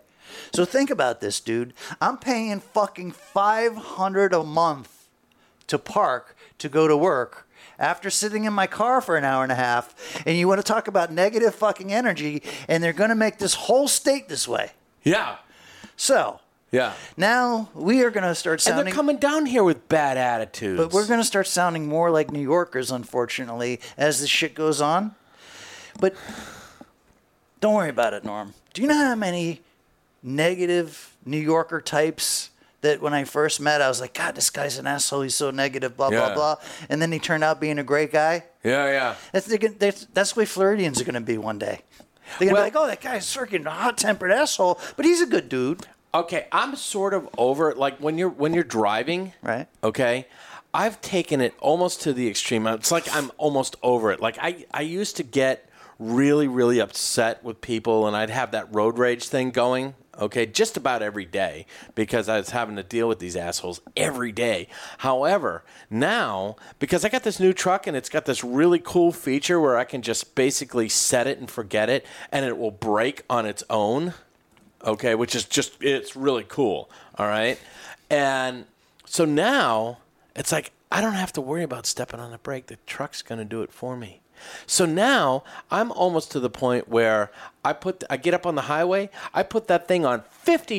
[SPEAKER 1] so think about this dude i'm paying fucking 500 a month to park to go to work after sitting in my car for an hour and a half and you want to talk about negative fucking energy and they're going to make this whole state this way
[SPEAKER 4] Yeah.
[SPEAKER 1] so
[SPEAKER 4] Yeah.
[SPEAKER 1] now we are going to start
[SPEAKER 4] And
[SPEAKER 1] sounding
[SPEAKER 4] they're coming down here with bad attitudes.
[SPEAKER 1] but we're going to start sounding more like New Yorkers, unfortunately, as this shit goes on. But don't worry about it, Norm. Do you know how many negative New Yorker types that when I first met, I was like, God, this guy's an asshole. He's so negative, blah, blah,
[SPEAKER 4] Yeah.
[SPEAKER 1] blah. And then he turned out being a great guy.
[SPEAKER 4] yeah, yeah.
[SPEAKER 1] That's, they're gonna- that's, that's the way Floridians are going to be one day. They're going to
[SPEAKER 4] Well-
[SPEAKER 1] be like, oh, that guy's freaking hot tempered asshole, but he's a good dude, <sighs>
[SPEAKER 4] Okay, I'm sort of over it. like when you're when you're driving,
[SPEAKER 1] right?
[SPEAKER 4] Okay. I've taken it almost to the extreme. It's like I'm almost over it. Like I, I used to get really, really upset with people and I'd have that road rage thing going, okay, just about every day because I was having to deal with these assholes every day. However, now because I got this new truck and it's got this really cool feature where I can just basically set it and forget it and it will break on its own okay, which is just it's really cool. All right, and so now it's like I don't have to worry about stepping on the brake. The truck's going to do it for me. So now I'm almost to the point where I put I get up on the highway. I put that thing on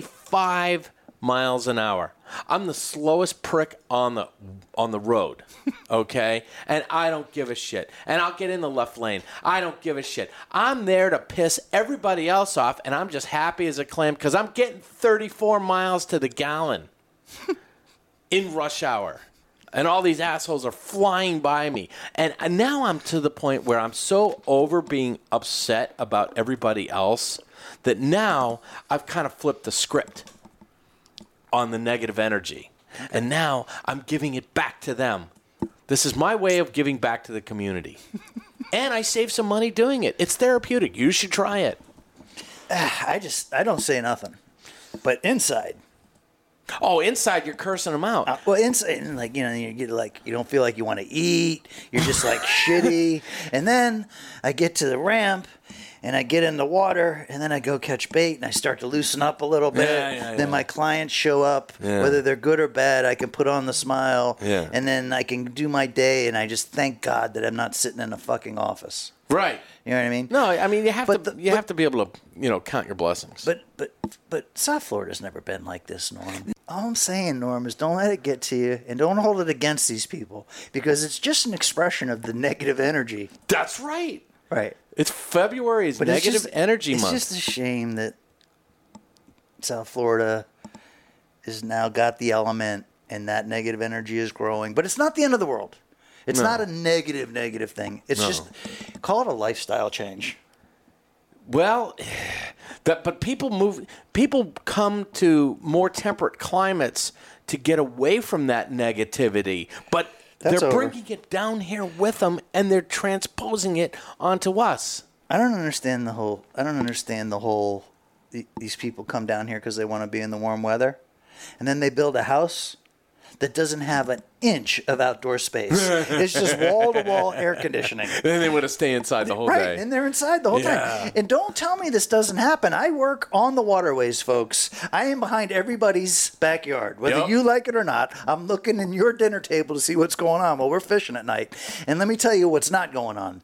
[SPEAKER 4] 55 miles an hour. I'm the slowest prick on the on the road, okay? and I don't give a shit. And I'll get in the left lane. I don't give a shit. I'm there to piss everybody else off and I'm just happy as a clam cuz I'm getting 34 miles to the gallon in rush hour. and all these assholes are flying by me. And and now I'm to the point where I'm so over being upset about everybody else that now I've kind of flipped the script on the negative energy. And now I'm giving it back to them. This is my way of giving back to the <laughs> community. and I save some money doing it. It's therapeutic. You should try it.
[SPEAKER 1] Ah, I just I don't say nothing, but inside.
[SPEAKER 4] Oh, inside you're cursing them out.
[SPEAKER 1] Uh, well, inside, and like you know, you get like you don't feel like you want to eat. You're just
[SPEAKER 4] <laughs>
[SPEAKER 1] like shitty. And then I get to the ramp, and I get in the water, and then I go catch bait, and I start to loosen up a little bit.
[SPEAKER 4] Yeah, yeah, yeah.
[SPEAKER 1] Then my clients show up,
[SPEAKER 4] Yeah.
[SPEAKER 1] whether they're good or bad. I can put on the smile,
[SPEAKER 4] Yeah.
[SPEAKER 1] and then I can do my day, and I just thank God that I'm not sitting in a fucking office.
[SPEAKER 4] right.
[SPEAKER 1] You know what I mean?
[SPEAKER 4] No, I mean you have
[SPEAKER 1] But
[SPEAKER 4] to
[SPEAKER 1] the-
[SPEAKER 4] you
[SPEAKER 1] but-
[SPEAKER 4] have to be able to you know count your blessings.
[SPEAKER 1] But but but South Florida's never been like this, Norm. All I'm saying, Norm, is don't let it get to you and don't hold it against these people because it's just an expression of the negative energy.
[SPEAKER 4] that's right.
[SPEAKER 1] Right.
[SPEAKER 4] It's February is
[SPEAKER 1] But it's
[SPEAKER 4] negative
[SPEAKER 1] just-
[SPEAKER 4] energy
[SPEAKER 1] it's
[SPEAKER 4] month.
[SPEAKER 1] just a shame that South Florida has now got the element and that negative energy is growing. But it's not the end of the world. It's
[SPEAKER 4] No.
[SPEAKER 1] not a negative, negative thing. It's
[SPEAKER 4] No.
[SPEAKER 1] just call it a lifestyle change.
[SPEAKER 4] Well, <sighs> that but people move people come to more temperate climates to get away from that negativity, but
[SPEAKER 1] That's
[SPEAKER 4] they're
[SPEAKER 1] over.
[SPEAKER 4] bringing it down here with them and they're transposing it onto us.
[SPEAKER 1] I don't understand the whole. I don't understand the whole. th- These people come down here because they want to be in the warm weather, and then they build a house that doesn't have an inch of outdoor space. it's just wall to wall air conditioning.
[SPEAKER 4] Then they want to stay inside the whole
[SPEAKER 1] right, and they're inside the whole
[SPEAKER 4] Yeah.
[SPEAKER 1] time. And don't tell me this doesn't happen. I work on the waterways, folks. I am behind everybody's backyard, whether
[SPEAKER 4] Yep.
[SPEAKER 1] you like it or not. I'm looking in your dinner table to see what's going on while we're fishing at night. And let me tell you what's not going on.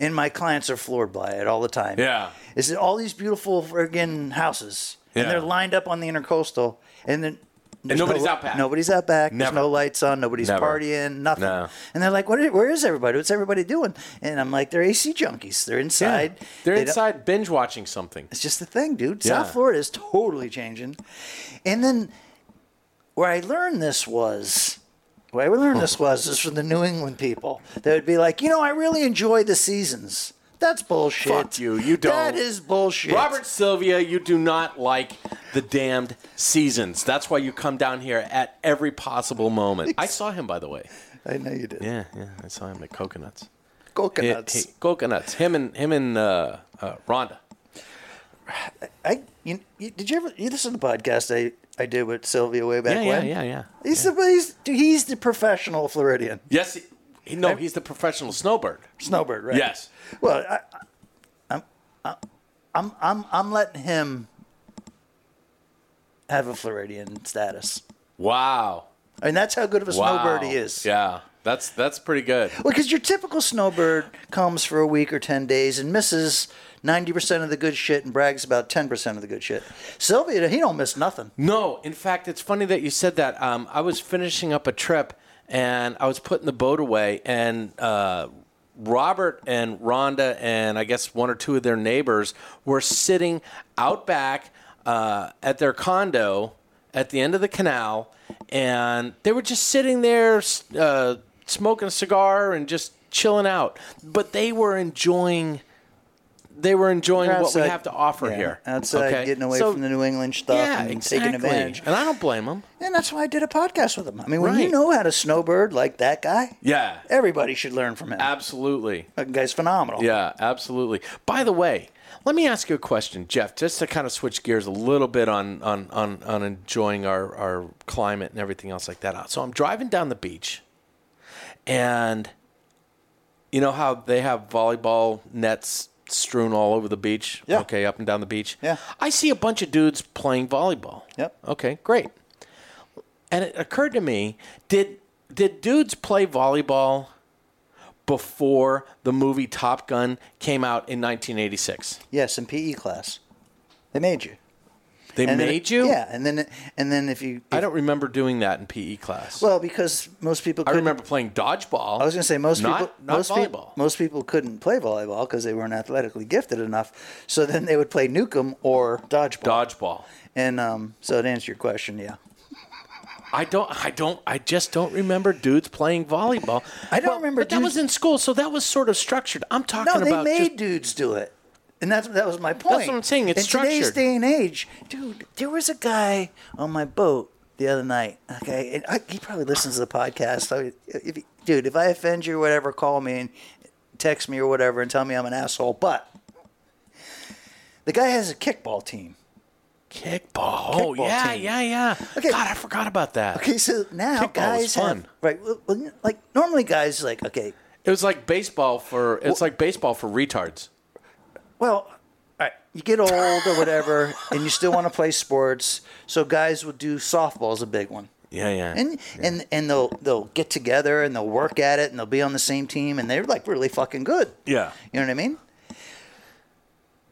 [SPEAKER 1] And my clients are floored by it all the time.
[SPEAKER 4] Yeah.
[SPEAKER 1] Is it all these beautiful friggin' houses?
[SPEAKER 4] Yeah.
[SPEAKER 1] And they're lined up on the intercoastal. And then there's
[SPEAKER 4] nobody's
[SPEAKER 1] no,
[SPEAKER 4] out back.
[SPEAKER 1] Nobody's out back.
[SPEAKER 4] Never.
[SPEAKER 1] There's no lights on. Nobody's
[SPEAKER 4] Never.
[SPEAKER 1] partying. Nothing.
[SPEAKER 4] No.
[SPEAKER 1] And they're like, what are, where is everybody? What's everybody doing? And I'm like, they're AC junkies. They're
[SPEAKER 4] Yeah.
[SPEAKER 1] inside.
[SPEAKER 4] They're
[SPEAKER 1] They don't-
[SPEAKER 4] inside binge watching something.
[SPEAKER 1] It's just the thing, dude.
[SPEAKER 4] Yeah.
[SPEAKER 1] South Florida is totally changing. And then where I learned this was, where I learned
[SPEAKER 4] <laughs>
[SPEAKER 1] this was, is from the New England people. They would be like, you know, I really enjoy the seasons. That's bullshit.
[SPEAKER 4] Fuck you, you
[SPEAKER 1] That
[SPEAKER 4] don't.
[SPEAKER 1] is bullshit.
[SPEAKER 4] Robert Sylvia, you do not like the damned seasons. That's why you come down here at every possible moment. I saw him, by the way.
[SPEAKER 1] I know you did.
[SPEAKER 4] Yeah, yeah, I saw him at Coconuts. Hi-
[SPEAKER 1] Coconuts.
[SPEAKER 4] hi- coconuts. Him and him and uh, uh, Rhonda.
[SPEAKER 1] I you, you, did you ever you listen to the podcast I, I did with Sylvia way back
[SPEAKER 4] Yeah, yeah,
[SPEAKER 1] when?
[SPEAKER 4] yeah, yeah.
[SPEAKER 1] He's the he's, he's the professional Floridian
[SPEAKER 4] Yes. He, he- no, he's the professional snowbird.
[SPEAKER 1] snowbird, right?
[SPEAKER 4] Yes.
[SPEAKER 1] Well, I, I, I'm I'm I'm I'm letting him have a Floridian status.
[SPEAKER 4] Wow.
[SPEAKER 1] I mean, that's how good of a
[SPEAKER 4] Wow.
[SPEAKER 1] snowbird he is.
[SPEAKER 4] Yeah. That's that's pretty good.
[SPEAKER 1] Well, because your typical snowbird comes for a week or 10 days and misses 90% of the good shit and brags about 10% of the good shit. Sylvia, he don't miss nothing.
[SPEAKER 4] No, in fact, it's funny that you said that. Um, I was finishing up a trip and I was putting the boat away, and uh, Robert and Rhonda and I guess one or two of their neighbors were sitting out back uh, at their condo at the end of the canal, and they were just sitting there uh, smoking a cigar and just chilling out. But they were enjoying. They were enjoying
[SPEAKER 1] You're
[SPEAKER 4] what we
[SPEAKER 1] outside-
[SPEAKER 4] have to offer
[SPEAKER 1] yeah,
[SPEAKER 4] here.
[SPEAKER 1] Outside,
[SPEAKER 4] okay?
[SPEAKER 1] getting away
[SPEAKER 4] So-
[SPEAKER 1] from the New England stuff and taking advantage.
[SPEAKER 4] and I don't blame him.
[SPEAKER 1] And that's why I did a podcast with him. I mean, when you
[SPEAKER 4] Right.
[SPEAKER 1] know how to snowbird like that guy,
[SPEAKER 4] Yeah.
[SPEAKER 1] everybody should learn from him.
[SPEAKER 4] Absolutely.
[SPEAKER 1] that guy's phenomenal.
[SPEAKER 4] Yeah, absolutely. By the way, let me ask you a question, Jeff, just to kind of switch gears a little bit on on, on, on enjoying our, our climate and everything else like that. Uh, So I'm driving down the beach and you know how they have volleyball nets strewn all over the beach?
[SPEAKER 1] Yeah.
[SPEAKER 4] Okay, up and down the beach.
[SPEAKER 1] Yeah.
[SPEAKER 4] I see a bunch of dudes playing volleyball.
[SPEAKER 1] Yep.
[SPEAKER 4] Okay, great. And it occurred to me, did did dudes play volleyball before the movie Top Gun came out in 1986?
[SPEAKER 1] Yes, in PE class, they made you.
[SPEAKER 4] They
[SPEAKER 1] And then-
[SPEAKER 4] made you?
[SPEAKER 1] Yeah, and then and then if you,
[SPEAKER 4] I don't remember doing that in PE class.
[SPEAKER 1] well, because most people.
[SPEAKER 4] I
[SPEAKER 1] couldn't-
[SPEAKER 4] remember playing dodgeball.
[SPEAKER 1] I was going to say most
[SPEAKER 4] not,
[SPEAKER 1] people
[SPEAKER 4] not
[SPEAKER 1] most peop-
[SPEAKER 4] volleyball.
[SPEAKER 1] most people couldn't play volleyball because they weren't athletically gifted enough. So then they would play nukem or dodgeball.
[SPEAKER 4] dodgeball.
[SPEAKER 1] And um, so to answer your question, yeah,
[SPEAKER 4] I don't. I don't. I just don't remember dudes playing volleyball.
[SPEAKER 1] I don't
[SPEAKER 4] Well,
[SPEAKER 1] remember
[SPEAKER 4] But that
[SPEAKER 1] dudes-
[SPEAKER 4] was in school, so that was sort of structured. I'm talking
[SPEAKER 1] No, they
[SPEAKER 4] about
[SPEAKER 1] made
[SPEAKER 4] just-
[SPEAKER 1] dudes do it, and that's that was my point.
[SPEAKER 4] what I'm saying, it's
[SPEAKER 1] in today's
[SPEAKER 4] structured.
[SPEAKER 1] day and age, dude. There was a guy on my boat the other night. Okay, and I, he probably listens to the podcast. So, if, he- dude, if I offend you or whatever, call me and text me or whatever and tell me I'm an asshole. But the guy has a kickball team. <laughs>
[SPEAKER 4] kickball. Oh
[SPEAKER 1] Kickball
[SPEAKER 4] yeah,
[SPEAKER 1] team.
[SPEAKER 4] yeah, yeah.
[SPEAKER 1] Okay.
[SPEAKER 4] God, I forgot about that.
[SPEAKER 1] Okay, so now
[SPEAKER 4] Kickball
[SPEAKER 1] guys
[SPEAKER 4] was fun.
[SPEAKER 1] have right. well, well, Like normally, guys like okay,
[SPEAKER 4] It was like baseball for. It's like baseball for retards.
[SPEAKER 1] Well, all right, you get old or whatever, and you still want to play sports. So guys will do softball is a big one,
[SPEAKER 4] Yeah, yeah.
[SPEAKER 1] and and and they'll they'll get together and they'll work at it and they'll be on the same team and they're like really fucking good.
[SPEAKER 4] Yeah.
[SPEAKER 1] you know what I mean.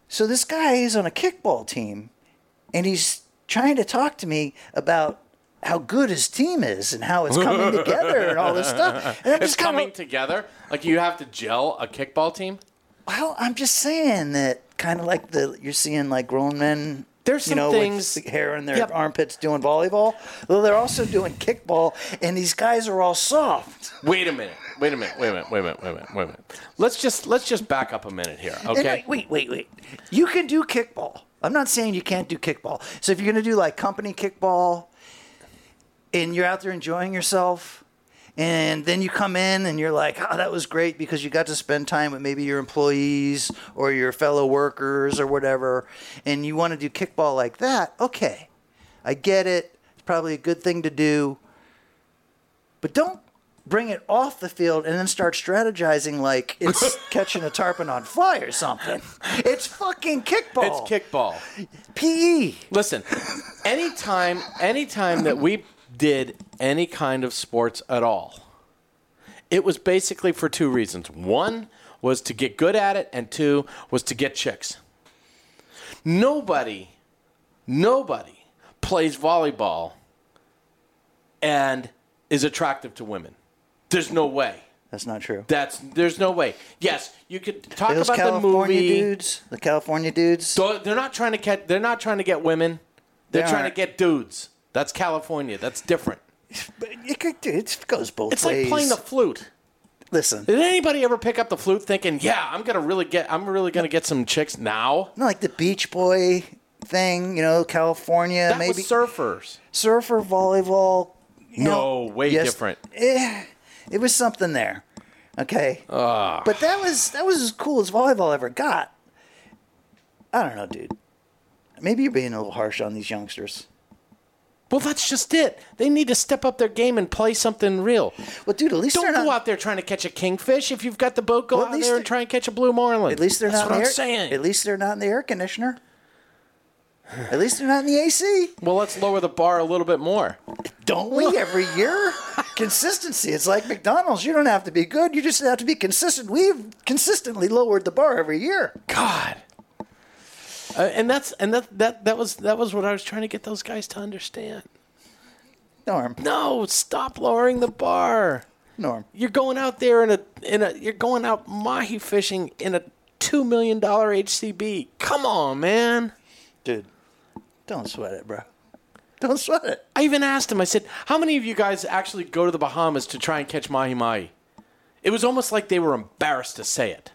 [SPEAKER 1] So this guy is on a kickball team, and he's trying to talk to me about. How good his team is and how it's coming
[SPEAKER 4] <laughs>
[SPEAKER 1] together and all this stuff. And I'm
[SPEAKER 4] it's
[SPEAKER 1] just kinda-
[SPEAKER 4] coming together. Like you have to gel a kickball team.
[SPEAKER 1] Well, I'm just saying that kind of like the you're seeing like grown men.
[SPEAKER 4] There's
[SPEAKER 1] you
[SPEAKER 4] some
[SPEAKER 1] know,
[SPEAKER 4] things-
[SPEAKER 1] with hair in their
[SPEAKER 4] Yep.
[SPEAKER 1] armpits doing volleyball. Well, they're also doing kickball, and these guys are all soft.
[SPEAKER 4] Wait a minute. Wait a minute. Wait a minute. Wait a minute. Wait a minute. Wait a minute. Let's just let's just back up a minute here.
[SPEAKER 1] And
[SPEAKER 4] Okay.
[SPEAKER 1] I- wait, wait, wait. You can do kickball. I'm not saying you can't do kickball. So if you're gonna do like company kickball, and you're out there enjoying yourself. And then you come in and you're like, oh, that was great because you got to spend time with maybe your employees or your fellow workers or whatever. And you want to do kickball like that. Okay. I get it. It's probably a good thing to do. But don't bring it off the field and then start strategizing like
[SPEAKER 4] <laughs>
[SPEAKER 1] it's catching a tarpon on fly or something. It's fucking
[SPEAKER 4] It's
[SPEAKER 1] kickball. E.
[SPEAKER 4] kickball.
[SPEAKER 1] PE.
[SPEAKER 4] Listen, anytime anytime that we did any kind of sports at all, it was basically for two reasons. One was to get good at it, and two was to get chicks. Nobody, nobody plays volleyball and is attractive to women. There's no way.
[SPEAKER 1] That's not true.
[SPEAKER 4] That's there's no way. Yes, you could talk
[SPEAKER 1] Those
[SPEAKER 4] about the
[SPEAKER 1] California
[SPEAKER 4] movie.
[SPEAKER 1] dudes, the California dudes.
[SPEAKER 4] So they're not trying to catch. They're not trying to get women. They're
[SPEAKER 1] They
[SPEAKER 4] trying
[SPEAKER 1] aren't.
[SPEAKER 4] to get dudes. That's California. That's different.
[SPEAKER 1] But it, could- it goes both
[SPEAKER 4] It's
[SPEAKER 1] ways.
[SPEAKER 4] like playing the flute.
[SPEAKER 1] listen.
[SPEAKER 4] Did anybody ever pick up the flute thinking, "Yeah, I'm gonna really get. I'm really gonna get some chicks now."
[SPEAKER 1] Not like the Beach Boy thing, you know, California,
[SPEAKER 4] That
[SPEAKER 1] maybe
[SPEAKER 4] was surfers.
[SPEAKER 1] surfer volleyball. you
[SPEAKER 4] No,
[SPEAKER 1] know,
[SPEAKER 4] way different.
[SPEAKER 1] eh, it was something there. Okay,
[SPEAKER 4] Ah.
[SPEAKER 1] but that was that was as cool as volleyball ever got. I don't know, dude. Maybe you're being a little harsh on these youngsters.
[SPEAKER 4] Well, that's just it. They need to step up their game and play something real.
[SPEAKER 1] Well, dude, at least
[SPEAKER 4] Don't
[SPEAKER 1] they're
[SPEAKER 4] go
[SPEAKER 1] not.
[SPEAKER 4] out there trying to catch a kingfish. If you've got the boat, go
[SPEAKER 1] Well, at
[SPEAKER 4] out
[SPEAKER 1] least
[SPEAKER 4] there and
[SPEAKER 1] they-
[SPEAKER 4] try and catch a blue marlin.
[SPEAKER 1] At least they're
[SPEAKER 4] That's
[SPEAKER 1] not.
[SPEAKER 4] what
[SPEAKER 1] in
[SPEAKER 4] I'm
[SPEAKER 1] the air,
[SPEAKER 4] saying.
[SPEAKER 1] At least they're not in the air conditioner. At least they're not in the AC.
[SPEAKER 4] well, let's lower the bar a little bit more.
[SPEAKER 1] Don't we every year? Consistency. It's like McDonald's. You don't have to be good. You just have to be consistent. We've consistently lowered the bar every year.
[SPEAKER 4] God. Uh, and that's and that, that that was that was what I was trying to get those guys to understand.
[SPEAKER 1] Norm.
[SPEAKER 4] No, stop lowering the bar.
[SPEAKER 1] Norm.
[SPEAKER 4] You're going out there in a in a you're going out mahi fishing in a two million dollar HCB. Come on, man.
[SPEAKER 1] Dude, don't sweat it, bro. Don't sweat it.
[SPEAKER 4] I even asked him. I said, "How many of you guys actually go to the Bahamas to try and catch mahi mahi?" It was almost like they were embarrassed to say it.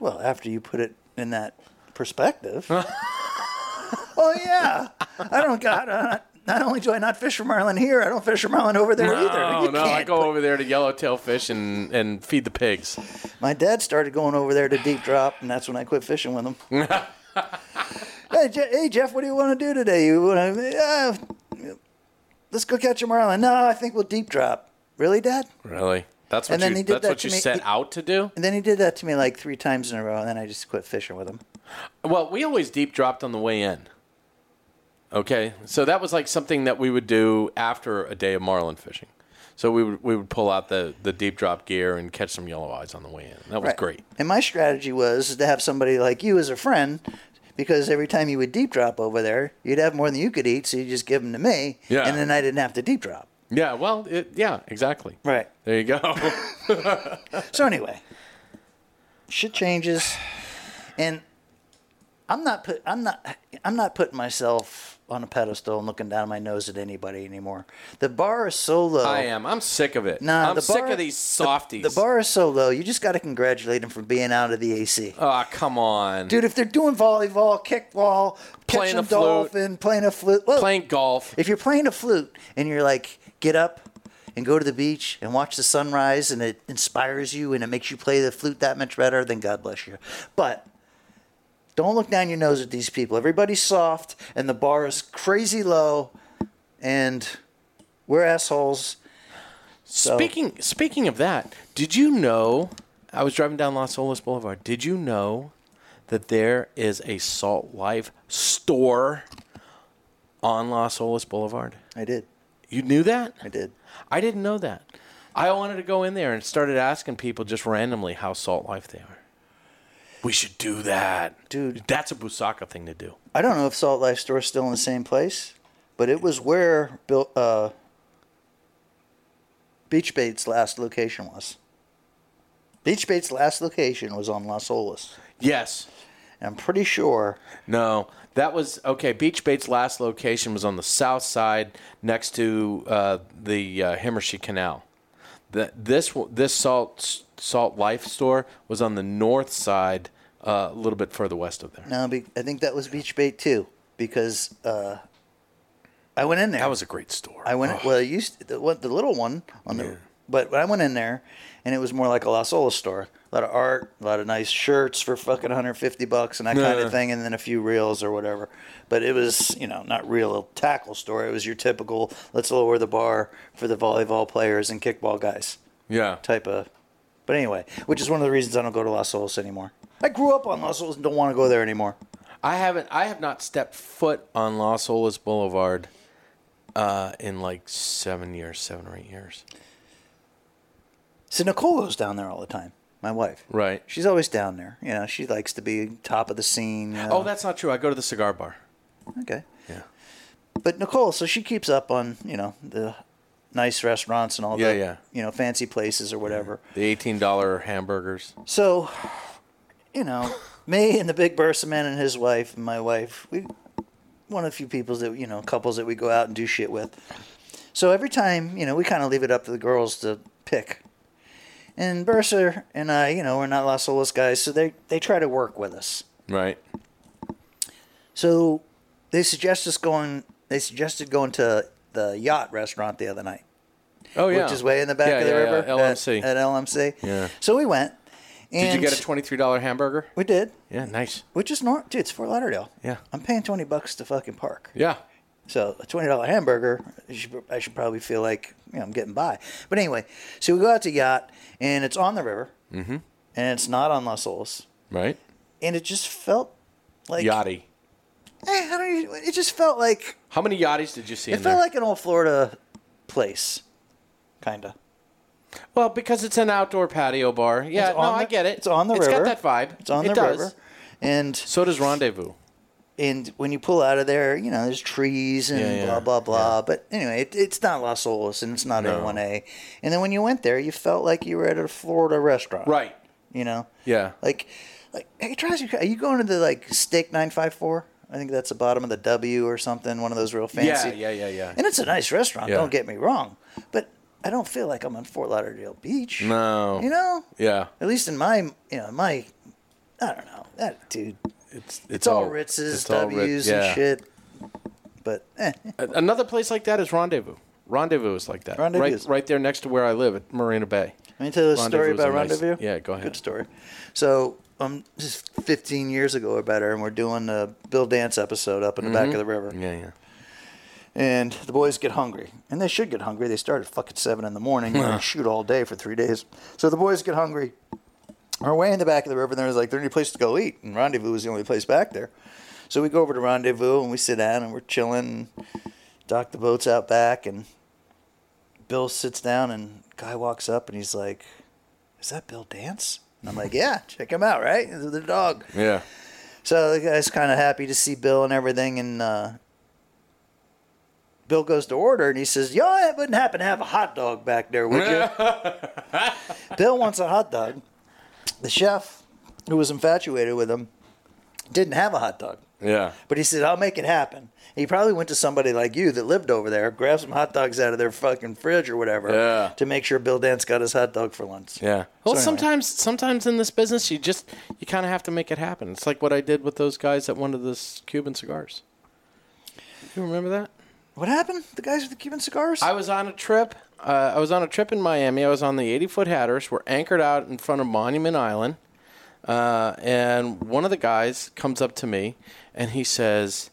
[SPEAKER 1] Well, after you put it in that perspective. <laughs> oh, yeah. I don't got Not, not only do I not fish for marlin here, I don't fish for marlin over there either.
[SPEAKER 4] No,
[SPEAKER 1] You
[SPEAKER 4] no, I
[SPEAKER 1] can't
[SPEAKER 4] go over there to yellowtail fish and, and feed the pigs.
[SPEAKER 1] My dad started going over there to deep drop, and that's when I quit fishing with him.
[SPEAKER 4] <laughs>
[SPEAKER 1] hey, Je- hey, Jeff, what do you want to do today? You want to? Uh, let's go catch a marlin. No, I think we'll deep drop. Really, Dad?
[SPEAKER 4] Really? That's what
[SPEAKER 1] And then
[SPEAKER 4] you,
[SPEAKER 1] he did
[SPEAKER 4] that's
[SPEAKER 1] that
[SPEAKER 4] what
[SPEAKER 1] to
[SPEAKER 4] you
[SPEAKER 1] me.
[SPEAKER 4] set
[SPEAKER 1] He-
[SPEAKER 4] out to do?
[SPEAKER 1] And then he did that to me like three times in a row, and then I just quit fishing with him.
[SPEAKER 4] Well, we always deep dropped on the way in. Okay. So that was like something that we would do after a day of marlin fishing. So we would we would pull out the, the deep drop gear and catch some yellow eyes on the way in. That was
[SPEAKER 1] Right.
[SPEAKER 4] great.
[SPEAKER 1] And my strategy was to have somebody like you as a friend, because every time you would deep drop over there, you'd have more than you could eat, so you just give them to me,
[SPEAKER 4] Yeah.
[SPEAKER 1] and then I didn't have to deep drop.
[SPEAKER 4] Yeah, well, it, yeah, exactly.
[SPEAKER 1] Right.
[SPEAKER 4] There
[SPEAKER 1] <laughs>
[SPEAKER 4] you go.
[SPEAKER 1] So anyway, shit changes, and I'm not put. I'm not. I'm not putting myself on a pedestal and looking down my nose at anybody anymore. The bar is so low.
[SPEAKER 4] I am. I'm sick of it.
[SPEAKER 1] Nah,
[SPEAKER 4] I'm
[SPEAKER 1] the
[SPEAKER 4] sick
[SPEAKER 1] bar-
[SPEAKER 4] of these softies.
[SPEAKER 1] The bar is so low. You just got to congratulate them for being out of the AC.
[SPEAKER 4] Oh, come on.
[SPEAKER 1] Dude, if they're doing volleyball, kickball,
[SPEAKER 4] Playing
[SPEAKER 1] catching
[SPEAKER 4] a flute.
[SPEAKER 1] dolphin, playing a flute, whoa.
[SPEAKER 4] Playing golf.
[SPEAKER 1] If you're playing a flute and you're like, get up and go to the beach and watch the sunrise and it inspires you and it makes you play the flute that much better, then God bless you. But don't look down your nose at these people. Everybody's soft and the bar is crazy low and we're assholes. So-
[SPEAKER 4] Speaking speaking of that, did you know I was driving down Los Olas Boulevard. Did you know that there is a Salt Life store on Los Olas Boulevard?
[SPEAKER 1] I did.
[SPEAKER 4] You knew that?
[SPEAKER 1] I did.
[SPEAKER 4] I didn't know that. I wanted to go in there and started asking people just randomly how Salt Life they are. We should do that.
[SPEAKER 1] Dude.
[SPEAKER 4] That's a Busaka thing to do.
[SPEAKER 1] I don't know if Salt Life Store's still in the same place, but it was where Bill, uh, Beach Bait's last location was. Beach Bait's last location was on Las Olas.
[SPEAKER 4] Yes.
[SPEAKER 1] And I'm pretty sure
[SPEAKER 4] No, that was okay. Beach Bait's last location was on the south side, next to uh, the uh, Himmershey Canal. The, this this salt salt life store was on the north side, uh, a little bit further west of there.
[SPEAKER 1] no, be, I think that was Beach Bait too, because uh, I went in there.
[SPEAKER 4] That was a great store.
[SPEAKER 1] I went. Well, it used the, what, the little one on the. But I went in there, and it was more like a Las Olas store. A lot of art, a lot of nice shirts for fucking 150 bucks and that kind
[SPEAKER 4] Yeah.
[SPEAKER 1] of thing, and then a few reels or whatever. But it was, you know, not real tackle store. It was your typical let's lower the bar for the volleyball players and kickball guys
[SPEAKER 4] yeah,
[SPEAKER 1] type of. But anyway, which is one of the reasons I don't go to Las Olas anymore. I grew up on Las Olas and don't want to go there anymore.
[SPEAKER 4] I haven't. I have not stepped foot on Los Olas Boulevard uh, in like seven years, seven or eight years.
[SPEAKER 1] So Nicole goes down there all the time. My wife.
[SPEAKER 4] Right.
[SPEAKER 1] She's always down there. You know, she likes to be top of the scene. you know.
[SPEAKER 4] Oh, that's not true. I go to the cigar bar.
[SPEAKER 1] okay.
[SPEAKER 4] Yeah.
[SPEAKER 1] But Nicole, so she keeps up on you know the nice restaurants and all
[SPEAKER 4] Yeah,
[SPEAKER 1] the
[SPEAKER 4] yeah.
[SPEAKER 1] you know fancy places or whatever.
[SPEAKER 4] The eighteen dollar hamburgers.
[SPEAKER 1] So, you know, me and the big Bursa man and his wife and my wife, we one of the few people that you know couples that we go out and do shit with. So every time, you know, we kind of leave it up to the girls to pick. And Bursa and I, you know, we're not Las Olas guys, so they they try to work with us.
[SPEAKER 4] Right.
[SPEAKER 1] So they suggest us going. They suggested going to the yacht restaurant the other night,
[SPEAKER 4] Oh yeah.
[SPEAKER 1] which is way in the back
[SPEAKER 4] Yeah,
[SPEAKER 1] of the
[SPEAKER 4] yeah,
[SPEAKER 1] river.
[SPEAKER 4] Yeah.
[SPEAKER 1] at-
[SPEAKER 4] LMC.
[SPEAKER 1] At, LMC.
[SPEAKER 4] Yeah.
[SPEAKER 1] So we went.
[SPEAKER 4] Did
[SPEAKER 1] And
[SPEAKER 4] you get a twenty-three dollar hamburger?
[SPEAKER 1] We did.
[SPEAKER 4] Yeah, nice.
[SPEAKER 1] Which is normal, dude. It's Fort Lauderdale.
[SPEAKER 4] Yeah.
[SPEAKER 1] I'm paying twenty bucks to fucking park.
[SPEAKER 4] Yeah,
[SPEAKER 1] So a twenty dollar hamburger, I should, I should probably feel like you know I'm getting by. But anyway, so we go out to yacht, and it's on the river, mm-hmm. and it's not on Las Olas,
[SPEAKER 4] right.
[SPEAKER 1] and it just felt like
[SPEAKER 4] Yachty.
[SPEAKER 1] Eh, I don't even, it just felt like
[SPEAKER 4] How many yachties did you see?
[SPEAKER 1] It
[SPEAKER 4] in
[SPEAKER 1] felt
[SPEAKER 4] there?
[SPEAKER 1] like an old Florida place, kind of.
[SPEAKER 4] well, because it's an outdoor patio bar. Yeah,
[SPEAKER 1] It's
[SPEAKER 4] no,
[SPEAKER 1] on
[SPEAKER 4] I
[SPEAKER 1] the-
[SPEAKER 4] get it.
[SPEAKER 1] It's on the river.
[SPEAKER 4] It's got that vibe.
[SPEAKER 1] It's on
[SPEAKER 4] it
[SPEAKER 1] the
[SPEAKER 4] does.
[SPEAKER 1] river, and
[SPEAKER 4] So does Rendezvous.
[SPEAKER 1] and when you pull out of there, you know there's trees and
[SPEAKER 4] Yeah, yeah,
[SPEAKER 1] blah blah blah. But anyway, it, it's not Las Olas and it's not
[SPEAKER 4] No.
[SPEAKER 1] A one A. And then when you went there, you felt like you were at a Florida restaurant,
[SPEAKER 4] Right.
[SPEAKER 1] You know,
[SPEAKER 4] Yeah.
[SPEAKER 1] like like it drives you. cra- Are you going to the like Steak Nine Five Four? I think that's the bottom of the W or something. One of those real fancy.
[SPEAKER 4] Yeah, yeah, yeah, yeah.
[SPEAKER 1] And it's a nice restaurant.
[SPEAKER 4] Yeah.
[SPEAKER 1] Don't get me wrong, but I don't feel like I'm on Fort Lauderdale Beach.
[SPEAKER 4] No.
[SPEAKER 1] You know?
[SPEAKER 4] Yeah.
[SPEAKER 1] At least in my, you know, my, I don't know, that dude.
[SPEAKER 4] It's it's,
[SPEAKER 1] It's all, Ritz's,
[SPEAKER 4] it's all Ritz-
[SPEAKER 1] W's, and shit. But eh,
[SPEAKER 4] A- Another place like that is Rendezvous. Rendezvous is like that.
[SPEAKER 1] Rendezvous
[SPEAKER 4] Right,
[SPEAKER 1] is-
[SPEAKER 4] right there next to where I live at Marina Bay.
[SPEAKER 1] let me tell you a story
[SPEAKER 4] Rendezvous is a
[SPEAKER 1] about
[SPEAKER 4] nice-
[SPEAKER 1] Rendezvous.
[SPEAKER 4] yeah, go ahead.
[SPEAKER 1] Good story. So, um, just 15 years ago or better, and we're doing the Bill Dance episode up in
[SPEAKER 4] Mm-hmm.
[SPEAKER 1] the back of the river.
[SPEAKER 4] Yeah, yeah.
[SPEAKER 1] And the boys get hungry. And they should get hungry. They start at fucking 7 in the morning and they shoot all day for three days. So the boys get hungry. We're way in the back of the river, and there was like, there any place to go eat? And Rendezvous was the only place back there. So we go over to Rendezvous and we sit down and we're chilling. And dock the boat's out back, and Bill sits down, and guy walks up and he's like, Is that Bill Dance? And I'm like, Yeah, check him out, right? The dog.
[SPEAKER 4] Yeah.
[SPEAKER 1] So the guy's kind of happy to see Bill and everything, and uh, Bill goes to order, and he says, "Yo, it wouldn't happen to have a hot dog back there, would
[SPEAKER 4] <laughs>
[SPEAKER 1] you?" Bill wants a hot dog. The chef, who was infatuated with him, didn't have a hot dog.
[SPEAKER 4] Yeah.
[SPEAKER 1] But he said, I'll make it happen. He probably went to somebody like you that lived over there, grabbed some hot dogs out of their fucking fridge or whatever
[SPEAKER 4] Yeah.
[SPEAKER 1] to make sure Bill Dance got his hot dog for lunch.
[SPEAKER 4] Yeah. Well,
[SPEAKER 1] anyway.
[SPEAKER 4] sometimes sometimes in this business you just you kind of have to make it happen. It's like what I did with those guys that wanted this Cuban cigars. You remember that?
[SPEAKER 1] What happened? The guys with the Cuban cigars?
[SPEAKER 4] I was on a trip. Uh, I was on a trip in Miami. I was on the 80 foot Hatters. We're anchored out in front of Monument Island. Uh, and one of the guys comes up to me and he says,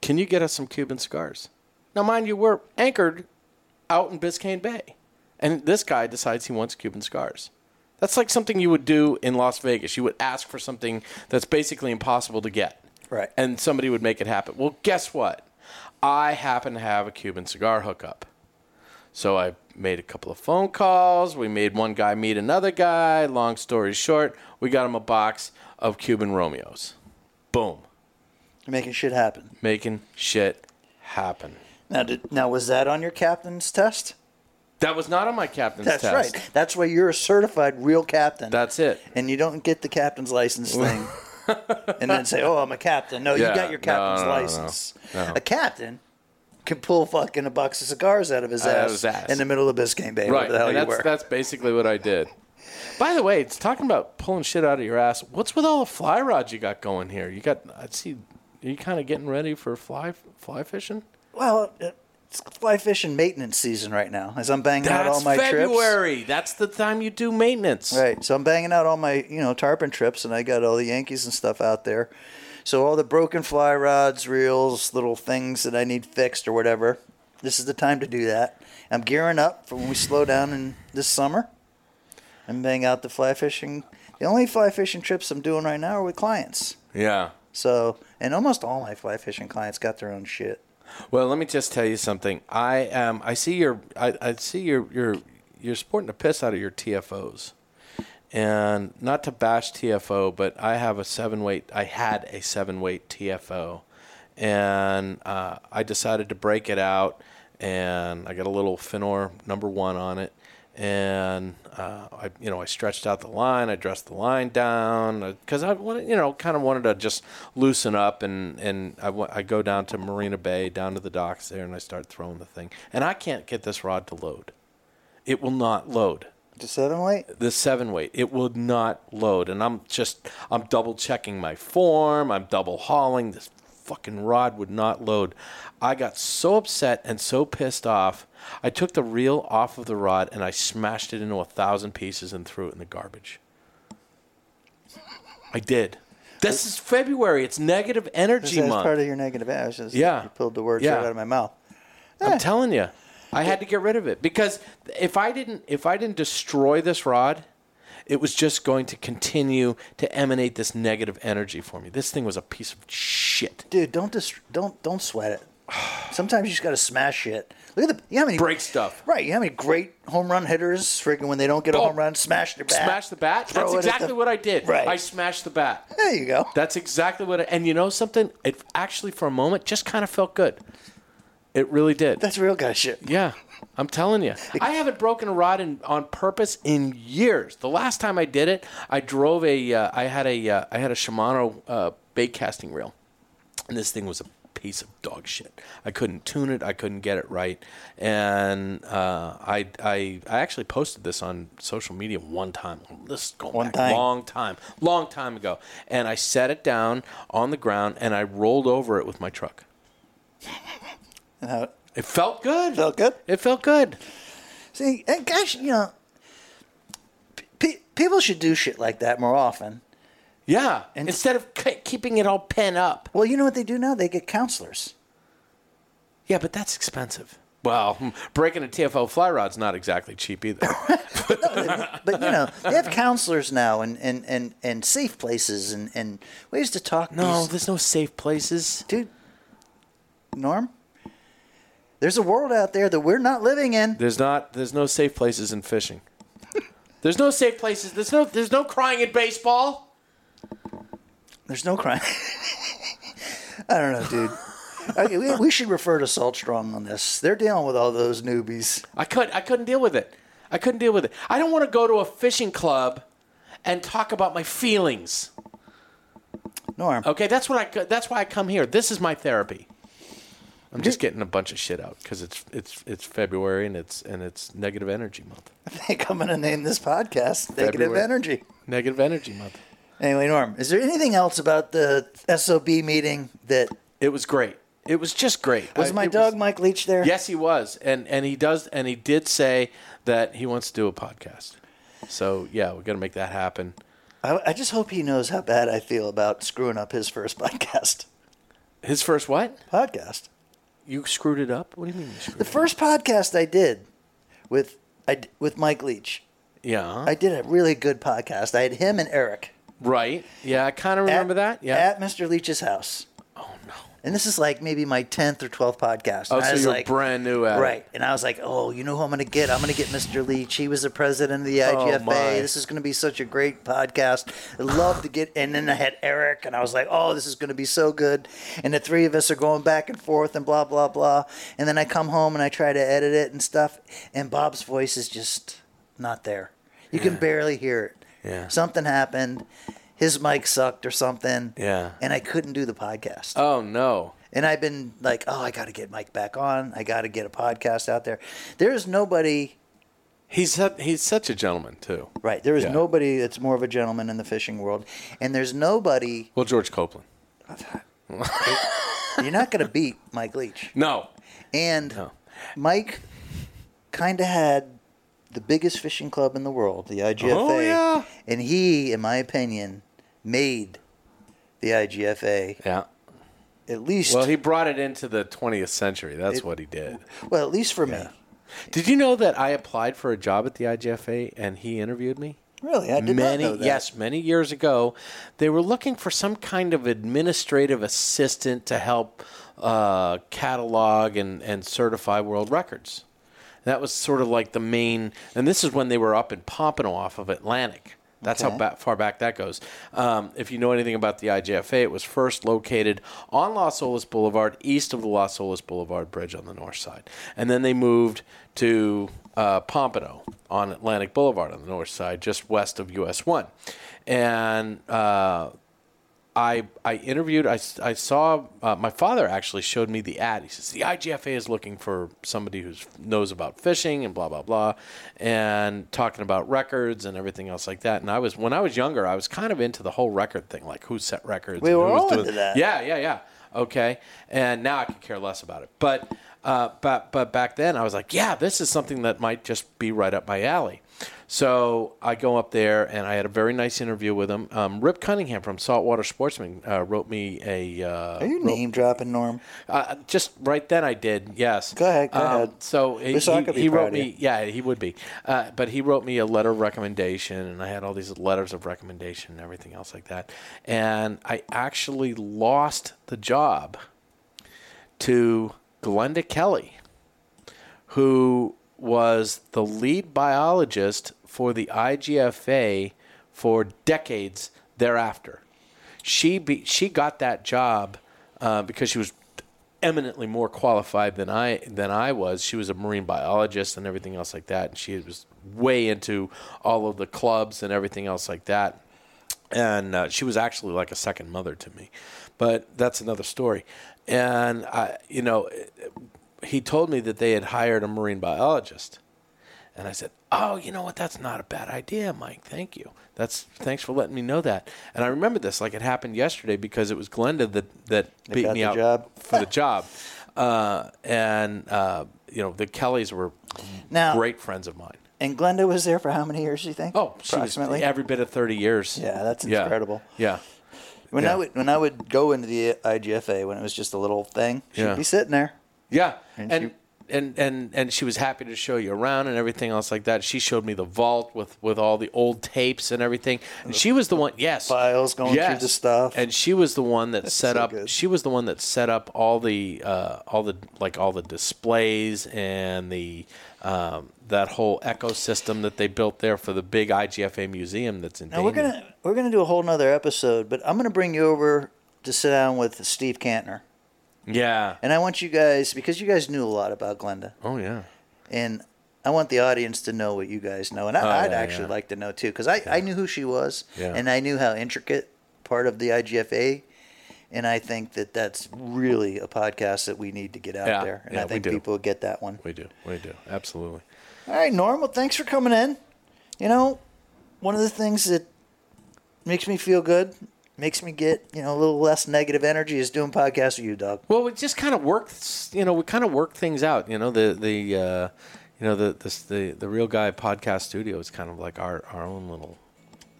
[SPEAKER 4] Can you get us some Cuban cigars? Now, mind you, we're anchored out in Biscayne Bay. And this guy decides he wants Cuban cigars. That's like something you would do in Las Vegas. You would ask for something that's basically impossible to get.
[SPEAKER 1] Right.
[SPEAKER 4] And somebody would make it happen. Well, guess what? I happen to have a Cuban cigar hookup. So I made a couple of phone calls. We made one guy meet another guy. Long story short, we got him a box of Cuban Romeos. Boom.
[SPEAKER 1] Making shit happen.
[SPEAKER 4] Making shit happen.
[SPEAKER 1] Now, did, now was that on your captain's test?
[SPEAKER 4] That was not on my captain's
[SPEAKER 1] That's
[SPEAKER 4] test.
[SPEAKER 1] right. That's why you're a certified real captain.
[SPEAKER 4] That's it.
[SPEAKER 1] and you don't get the captain's
[SPEAKER 4] <laughs>
[SPEAKER 1] license thing and then say, oh, I'm a captain. No,
[SPEAKER 4] Yeah,
[SPEAKER 1] you got your
[SPEAKER 4] no,
[SPEAKER 1] captain's
[SPEAKER 4] no, no, no,
[SPEAKER 1] license.
[SPEAKER 4] no.
[SPEAKER 1] A captain can pull fucking a box of cigars out of his,
[SPEAKER 4] Out
[SPEAKER 1] ass,
[SPEAKER 4] of his ass.
[SPEAKER 1] in the middle of Biscayne Bay,
[SPEAKER 4] Right.
[SPEAKER 1] wherever the hell
[SPEAKER 4] and
[SPEAKER 1] you
[SPEAKER 4] that's,
[SPEAKER 1] were.
[SPEAKER 4] that's basically what I did. By the way, it's talking about pulling shit out of your ass. What's with all the fly rods you got going here? You got, I see, are you kind of getting ready for fly fly fishing?
[SPEAKER 1] Well, it's fly fishing maintenance season right now as I'm banging out all my trips.
[SPEAKER 4] February. That's the time you do maintenance.
[SPEAKER 1] Right. So I'm banging out all my, you know, tarpon trips and I got all the Yankees and stuff out there. So all the broken fly rods, reels, little things that I need fixed or whatever. This is the time to do that. I'm gearing up for when we slow down in this summer and bang out the fly fishing. The only fly fishing trips I'm doing right now are with clients.
[SPEAKER 4] Yeah.
[SPEAKER 1] So, and almost all my fly fishing clients got their own shit.
[SPEAKER 4] Well, let me just tell you something. I am. I see your. I, I see your. Your. You're sporting the piss out of your TFOs, and not to bash TFO, but I have a seven weight. I had a seven weight TFO, and uh, I decided to break it out, and I got a little Finor number one on it, and uh, I you know I stretched out the line, I dressed the line down because I wanted you know kind of wanted to just loosen up and and I wa- I go down to Marina Bay down to the docks there and I start throwing the thing and I can't get this rod to load, it will not load
[SPEAKER 1] The seven weight?
[SPEAKER 4] the seven weight it will not load and i'm just i'm double checking my form i'm double hauling this fucking rod would not load i got so upset and so pissed off i took the reel off of the rod and i smashed it into a thousand pieces and threw it in the garbage i did this is february it's negative
[SPEAKER 1] That's
[SPEAKER 4] energy month
[SPEAKER 1] part of your negative ashes.
[SPEAKER 4] Yeah.
[SPEAKER 1] You pulled the words
[SPEAKER 4] Yeah.
[SPEAKER 1] right out of my mouth.
[SPEAKER 4] I'm telling you, I had to get rid of it because if I didn't, if I didn't destroy this rod, it was just going to continue to emanate this negative energy for me. This thing was a piece of shit.
[SPEAKER 1] dude, don't dis- don't don't sweat it. <sighs> Sometimes you just gotta smash it. Look at the you know how many
[SPEAKER 4] Break stuff.
[SPEAKER 1] Right, you know how many great home run hitters freaking when they don't get a
[SPEAKER 4] Oh,
[SPEAKER 1] home run, smash their bat.
[SPEAKER 4] Smash the bat.
[SPEAKER 1] throw
[SPEAKER 4] That's
[SPEAKER 1] it at
[SPEAKER 4] exactly
[SPEAKER 1] the-
[SPEAKER 4] what I did.
[SPEAKER 1] Right.
[SPEAKER 4] I smashed the bat.
[SPEAKER 1] There you go.
[SPEAKER 4] That's exactly what. I, and you know something? It actually, for a moment, just kind of felt good. It really did.
[SPEAKER 1] That's real guy shit.
[SPEAKER 4] Yeah, I'm
[SPEAKER 1] <laughs>
[SPEAKER 4] telling you. I haven't broken a rod in, on purpose in years. The last time I did it, I drove a, uh, I had a, uh, I had a Shimano uh, bait casting reel, and this thing was a piece of dog shit. I couldn't tune it. I couldn't get it right, and uh, I, I, I actually posted this on social media one time. This is going
[SPEAKER 1] One
[SPEAKER 4] back
[SPEAKER 1] time.
[SPEAKER 4] long time, long time ago, and I set it down on the ground and I rolled over it with
[SPEAKER 1] <laughs>
[SPEAKER 4] my truck.
[SPEAKER 1] Uh,
[SPEAKER 4] It felt good.
[SPEAKER 1] felt good.
[SPEAKER 4] It felt good.
[SPEAKER 1] See, and gosh, you know, pe- people should do shit like that more often.
[SPEAKER 4] Yeah.
[SPEAKER 1] And-
[SPEAKER 4] Instead of k- keeping it all pent up.
[SPEAKER 1] Well, you know what they do now? They get counselors.
[SPEAKER 4] Yeah, but that's expensive. Well, <laughs> hmm, breaking a TFL fly rod's not exactly cheap either.
[SPEAKER 1] But you know, they
[SPEAKER 4] <laughs>
[SPEAKER 1] have counselors now and and and, and safe places and and ways to talk.
[SPEAKER 4] <coughs> no,
[SPEAKER 1] these-
[SPEAKER 4] there's no safe places.
[SPEAKER 1] dude, Norm, there's a world out there that we're not living in.
[SPEAKER 4] There's not. There's no safe places in fishing. <laughs> There's no safe places. There's no. There's no crying in baseball.
[SPEAKER 1] There's no crime. <laughs> I don't know,
[SPEAKER 4] <laughs>
[SPEAKER 1] dude. Okay, we, we should refer to Salt Strong on this. They're dealing with all those newbies.
[SPEAKER 4] I could. I couldn't deal with it. I couldn't deal with it. I don't want to go to a fishing club and talk about my feelings.
[SPEAKER 1] Norm.
[SPEAKER 4] Okay, that's what I. That's why I come here. This is my therapy. I'm just getting a bunch of shit out because it's it's it's February and it's and it's negative energy month.
[SPEAKER 1] I <laughs> think I'm going to name this podcast Negative
[SPEAKER 4] February.
[SPEAKER 1] Energy.
[SPEAKER 4] Negative energy month.
[SPEAKER 1] Anyway, Norm, is there anything else about the SOB meeting that
[SPEAKER 4] It was great. It was just great.
[SPEAKER 1] was
[SPEAKER 4] I-
[SPEAKER 1] my
[SPEAKER 4] Uh, it
[SPEAKER 1] dog Mike Leach there?
[SPEAKER 4] yes, he was, and and he does, and he did say that he wants to do a podcast. So yeah, we're gonna make that happen.
[SPEAKER 1] I, I just hope he knows how bad I feel about screwing up his first <laughs> podcast.
[SPEAKER 4] His first what?
[SPEAKER 1] Podcast.
[SPEAKER 4] You screwed it up. What do you mean? You screwed
[SPEAKER 1] The first podcast I did with I d with Mike Leach.
[SPEAKER 4] yeah.
[SPEAKER 1] I did a really good podcast. I had him and Eric.
[SPEAKER 4] right. Yeah, I kind of
[SPEAKER 1] at-
[SPEAKER 4] remember that. Yeah.
[SPEAKER 1] At Mr. Leach's house.
[SPEAKER 4] oh no.
[SPEAKER 1] And this is like maybe my 10th or 12th podcast.
[SPEAKER 4] Oh,
[SPEAKER 1] And I
[SPEAKER 4] so
[SPEAKER 1] was
[SPEAKER 4] you're
[SPEAKER 1] like,
[SPEAKER 4] brand new at it.
[SPEAKER 1] Right. And I was like, oh, you know who I'm going to get? I'm going to get Mr. Leach. He was the president of the IGFA.
[SPEAKER 4] Oh, my.
[SPEAKER 1] this is going to be such a great podcast. I love to get. And then I had Eric, and I was like, oh, this is going to be so good. And the three of us are going back and forth and blah, blah, blah. And then I come home and I try to edit it and stuff. And Bob's voice is just not there. You can barely hear it.
[SPEAKER 4] Yeah.
[SPEAKER 1] Something happened. His mic sucked or something.
[SPEAKER 4] Yeah.
[SPEAKER 1] And I couldn't do the podcast.
[SPEAKER 4] Oh no.
[SPEAKER 1] And I've been like, oh, I got to get Mike back on. I got to get a podcast out there. There is nobody,
[SPEAKER 4] He's su- he's such a gentleman too.
[SPEAKER 1] right? There is
[SPEAKER 4] Yeah.
[SPEAKER 1] nobody that's more of a gentleman in the fishing world. And there's nobody,
[SPEAKER 4] Well, George Copeland.
[SPEAKER 1] you're not going to beat Mike Leach.
[SPEAKER 4] No.
[SPEAKER 1] And
[SPEAKER 4] No.
[SPEAKER 1] Mike kind of had the biggest fishing club in the world, the IGFA.
[SPEAKER 4] Oh, yeah.
[SPEAKER 1] And he, in my opinion, made the IGFA
[SPEAKER 4] Yeah.
[SPEAKER 1] at least,
[SPEAKER 4] Well,
[SPEAKER 1] well,
[SPEAKER 4] he brought it into the 20th century. That's what he did.
[SPEAKER 1] at least for me.
[SPEAKER 4] Did you know that I applied for a job at the IGFA and he interviewed me?
[SPEAKER 1] Really, I did
[SPEAKER 4] many
[SPEAKER 1] not know that.
[SPEAKER 4] yes many years ago they were looking for some kind of administrative assistant to help uh, catalog and, and certify world records that was sort of like the main and this is when they were up in pompano off of atlantic that's
[SPEAKER 1] Okay.
[SPEAKER 4] how ba- far back that goes. Um, if you know anything about the IJFA, it was first located on Los Olas Boulevard, east of the Los Olas Boulevard Bridge on the north side. And then they moved to uh, Pompano on Atlantic Boulevard on the north side, just west of US 1. And uh, I I interviewed. I, s- I saw uh, my father actually showed me the ad. He says the IGFA is looking for somebody who knows about fishing and blah blah blah, and talking about records and everything else like that. And I was when I was younger, I was kind of into the whole record thing, like who set records.
[SPEAKER 1] We
[SPEAKER 4] and who
[SPEAKER 1] were
[SPEAKER 4] was
[SPEAKER 1] all
[SPEAKER 4] doing-
[SPEAKER 1] into that.
[SPEAKER 4] Yeah, yeah, yeah, yeah. Okay, and now I could care less about it. But, uh, but, but back then I was like, yeah, this is something that might just be right up my alley. So I go up there and I had a very nice interview with him. Um, Rip Cunningham from Saltwater Sportsman uh, wrote me a
[SPEAKER 1] Are
[SPEAKER 4] uh,
[SPEAKER 1] you name dropping, Norm?
[SPEAKER 4] uh, just right then I did yes. Um,
[SPEAKER 1] Go ahead, go ahead.
[SPEAKER 4] So he,
[SPEAKER 1] This I
[SPEAKER 4] he-
[SPEAKER 1] could be
[SPEAKER 4] he
[SPEAKER 1] proud
[SPEAKER 4] wrote
[SPEAKER 1] of
[SPEAKER 4] me
[SPEAKER 1] you.
[SPEAKER 4] yeah he would be, uh, but he wrote me a letter of recommendation and I had all these letters of recommendation and everything else like that, and I actually lost the job to Glenda Kelly, who was the lead biologist for the IGFA for decades thereafter. She be, she got that job uh, because she was eminently more qualified than I than I was. She was a marine biologist and everything else like that, and she was way into all of the clubs and everything else like that and uh, she was actually like a second mother to me but that's another story and i you know he told me that they had hired a marine biologist and i said oh you know what that's not a bad idea mike thank you that's thanks for letting me know that and i remember this like it happened yesterday because it was glenda that that beat
[SPEAKER 1] got
[SPEAKER 4] me
[SPEAKER 1] the
[SPEAKER 4] out
[SPEAKER 1] job.
[SPEAKER 4] for the job uh, and uh, you know the kellys were
[SPEAKER 1] Now-
[SPEAKER 4] great friends of mine
[SPEAKER 1] And Glenda was there for how many years? You think?
[SPEAKER 4] oh she was
[SPEAKER 1] approximately.
[SPEAKER 4] every bit of 30 years
[SPEAKER 1] Yeah, that's incredible.
[SPEAKER 4] yeah
[SPEAKER 1] when I
[SPEAKER 4] yeah.
[SPEAKER 1] would when I would go into the IGFA when it was just a little thing, she'd
[SPEAKER 4] Yeah.
[SPEAKER 1] be sitting there.
[SPEAKER 4] Yeah,
[SPEAKER 1] And
[SPEAKER 4] and
[SPEAKER 1] she-
[SPEAKER 4] and, and and she was happy to show you around and everything else like that. She showed me the vault with with all the old tapes and everything. And she was the one, yes,
[SPEAKER 1] files going through the stuff.
[SPEAKER 4] And she was the one that set
[SPEAKER 1] so
[SPEAKER 4] up.
[SPEAKER 1] good.
[SPEAKER 4] She was the one that set up all the uh, all the like all the displays and the. Um, that whole ecosystem that they built there for the big IGFA museum that's in
[SPEAKER 1] Now we're
[SPEAKER 4] Dania.
[SPEAKER 1] gonna we're gonna do a whole nother episode, but I'm gonna bring you over to sit down with Steve Cantner,
[SPEAKER 4] yeah.
[SPEAKER 1] and I want you guys because you guys knew a lot about Glenda,
[SPEAKER 4] Oh yeah.
[SPEAKER 1] and I want the audience to know what you guys know, and I,
[SPEAKER 4] Oh,
[SPEAKER 1] I'd
[SPEAKER 4] yeah,
[SPEAKER 1] actually
[SPEAKER 4] yeah.
[SPEAKER 1] like to know too because I, I knew who she was,
[SPEAKER 4] Yeah.
[SPEAKER 1] and I knew how intricate part of the IGFA And I think that that's really a podcast that we need to get out
[SPEAKER 4] Yeah,
[SPEAKER 1] there. And
[SPEAKER 4] yeah,
[SPEAKER 1] I
[SPEAKER 4] we
[SPEAKER 1] think
[SPEAKER 4] do.
[SPEAKER 1] people get that one.
[SPEAKER 4] We do. We do. Absolutely.
[SPEAKER 1] All right, Norm. Well, thanks for coming in. You know, one of the things that makes me feel good, makes me get you know a little less negative energy is doing podcasts with you, Doug.
[SPEAKER 4] Well, we just kind of worked, you know, we kind of work things out. You know, the the uh, you know the this, the the real guy podcast studio is kind of like our our own little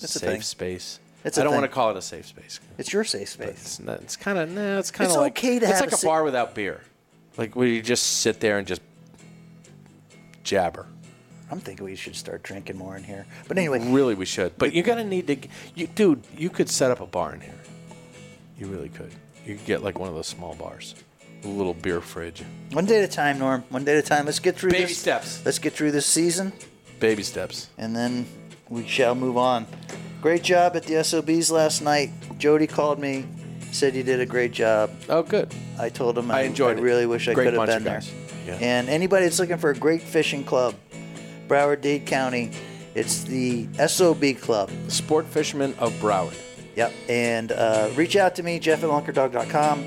[SPEAKER 1] It's a thing.
[SPEAKER 4] safe space.
[SPEAKER 1] It's
[SPEAKER 4] I
[SPEAKER 1] a
[SPEAKER 4] don't
[SPEAKER 1] thing.
[SPEAKER 4] want to call it a safe space.
[SPEAKER 1] It's your safe space.
[SPEAKER 4] It's not, it's kind of no. It's kind
[SPEAKER 1] It's
[SPEAKER 4] of like
[SPEAKER 1] okay to
[SPEAKER 4] it's
[SPEAKER 1] have
[SPEAKER 4] like
[SPEAKER 1] a
[SPEAKER 4] a,
[SPEAKER 1] sa-
[SPEAKER 4] bar without beer, like where you just sit there and just jabber.
[SPEAKER 1] I'm thinking we should start drinking more in here. But anyway,
[SPEAKER 4] Really, we should. But you're gonna need to, you dude. You could set up a bar in here. You really could. You could get like one of those small bars, a little beer fridge.
[SPEAKER 1] one day at a time, Norm. One day at a time. Let's get through
[SPEAKER 4] Baby
[SPEAKER 1] this.
[SPEAKER 4] steps.
[SPEAKER 1] Let's get through this season,
[SPEAKER 4] Baby steps.
[SPEAKER 1] and then we shall move on. Great job at the SOBs last night. Jody called me, said you did a great job.
[SPEAKER 4] Oh, good.
[SPEAKER 1] I told him I,
[SPEAKER 4] I enjoyed
[SPEAKER 1] I
[SPEAKER 4] it.
[SPEAKER 1] really wish I
[SPEAKER 4] Great
[SPEAKER 1] could have
[SPEAKER 4] bunch
[SPEAKER 1] been
[SPEAKER 4] of
[SPEAKER 1] there.
[SPEAKER 4] guys. Yeah.
[SPEAKER 1] And anybody that's looking for a great fishing club, Broward Dade County, it's the SOB Club.
[SPEAKER 4] Sport fisherman of Broward.
[SPEAKER 1] Yep. And uh, reach out to me, Jeff at lunkerdog.com.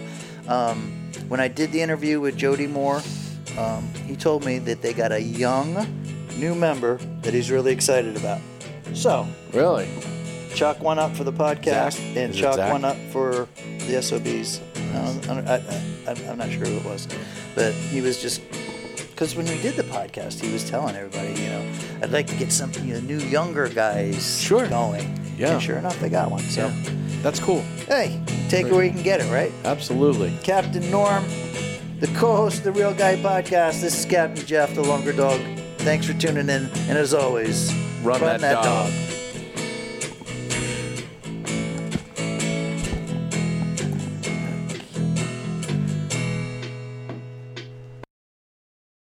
[SPEAKER 1] Um, when I did the interview with Jody Moore, um, he told me that they got a young new member that he's really excited about. So,
[SPEAKER 4] Really?
[SPEAKER 1] chalk one up for the podcast
[SPEAKER 4] Zach?
[SPEAKER 1] and
[SPEAKER 4] Is it
[SPEAKER 1] chalk
[SPEAKER 4] Zach?
[SPEAKER 1] one up for the SOBs. I don't- I, I, am not sure who it was, but he was just because when we did the podcast, he was telling everybody, you know, I'd like to get some you know, new younger guys
[SPEAKER 4] Sure.
[SPEAKER 1] going.
[SPEAKER 4] Yeah.
[SPEAKER 1] And sure enough, they got one. So,
[SPEAKER 4] That's cool.
[SPEAKER 1] hey, take it where you can get it, right?
[SPEAKER 4] Absolutely.
[SPEAKER 1] Captain Norm, the co host of the Real Guy podcast. This is Captain Jeff, the Longer Dog. Thanks for tuning in. And as always,
[SPEAKER 4] Run that dog.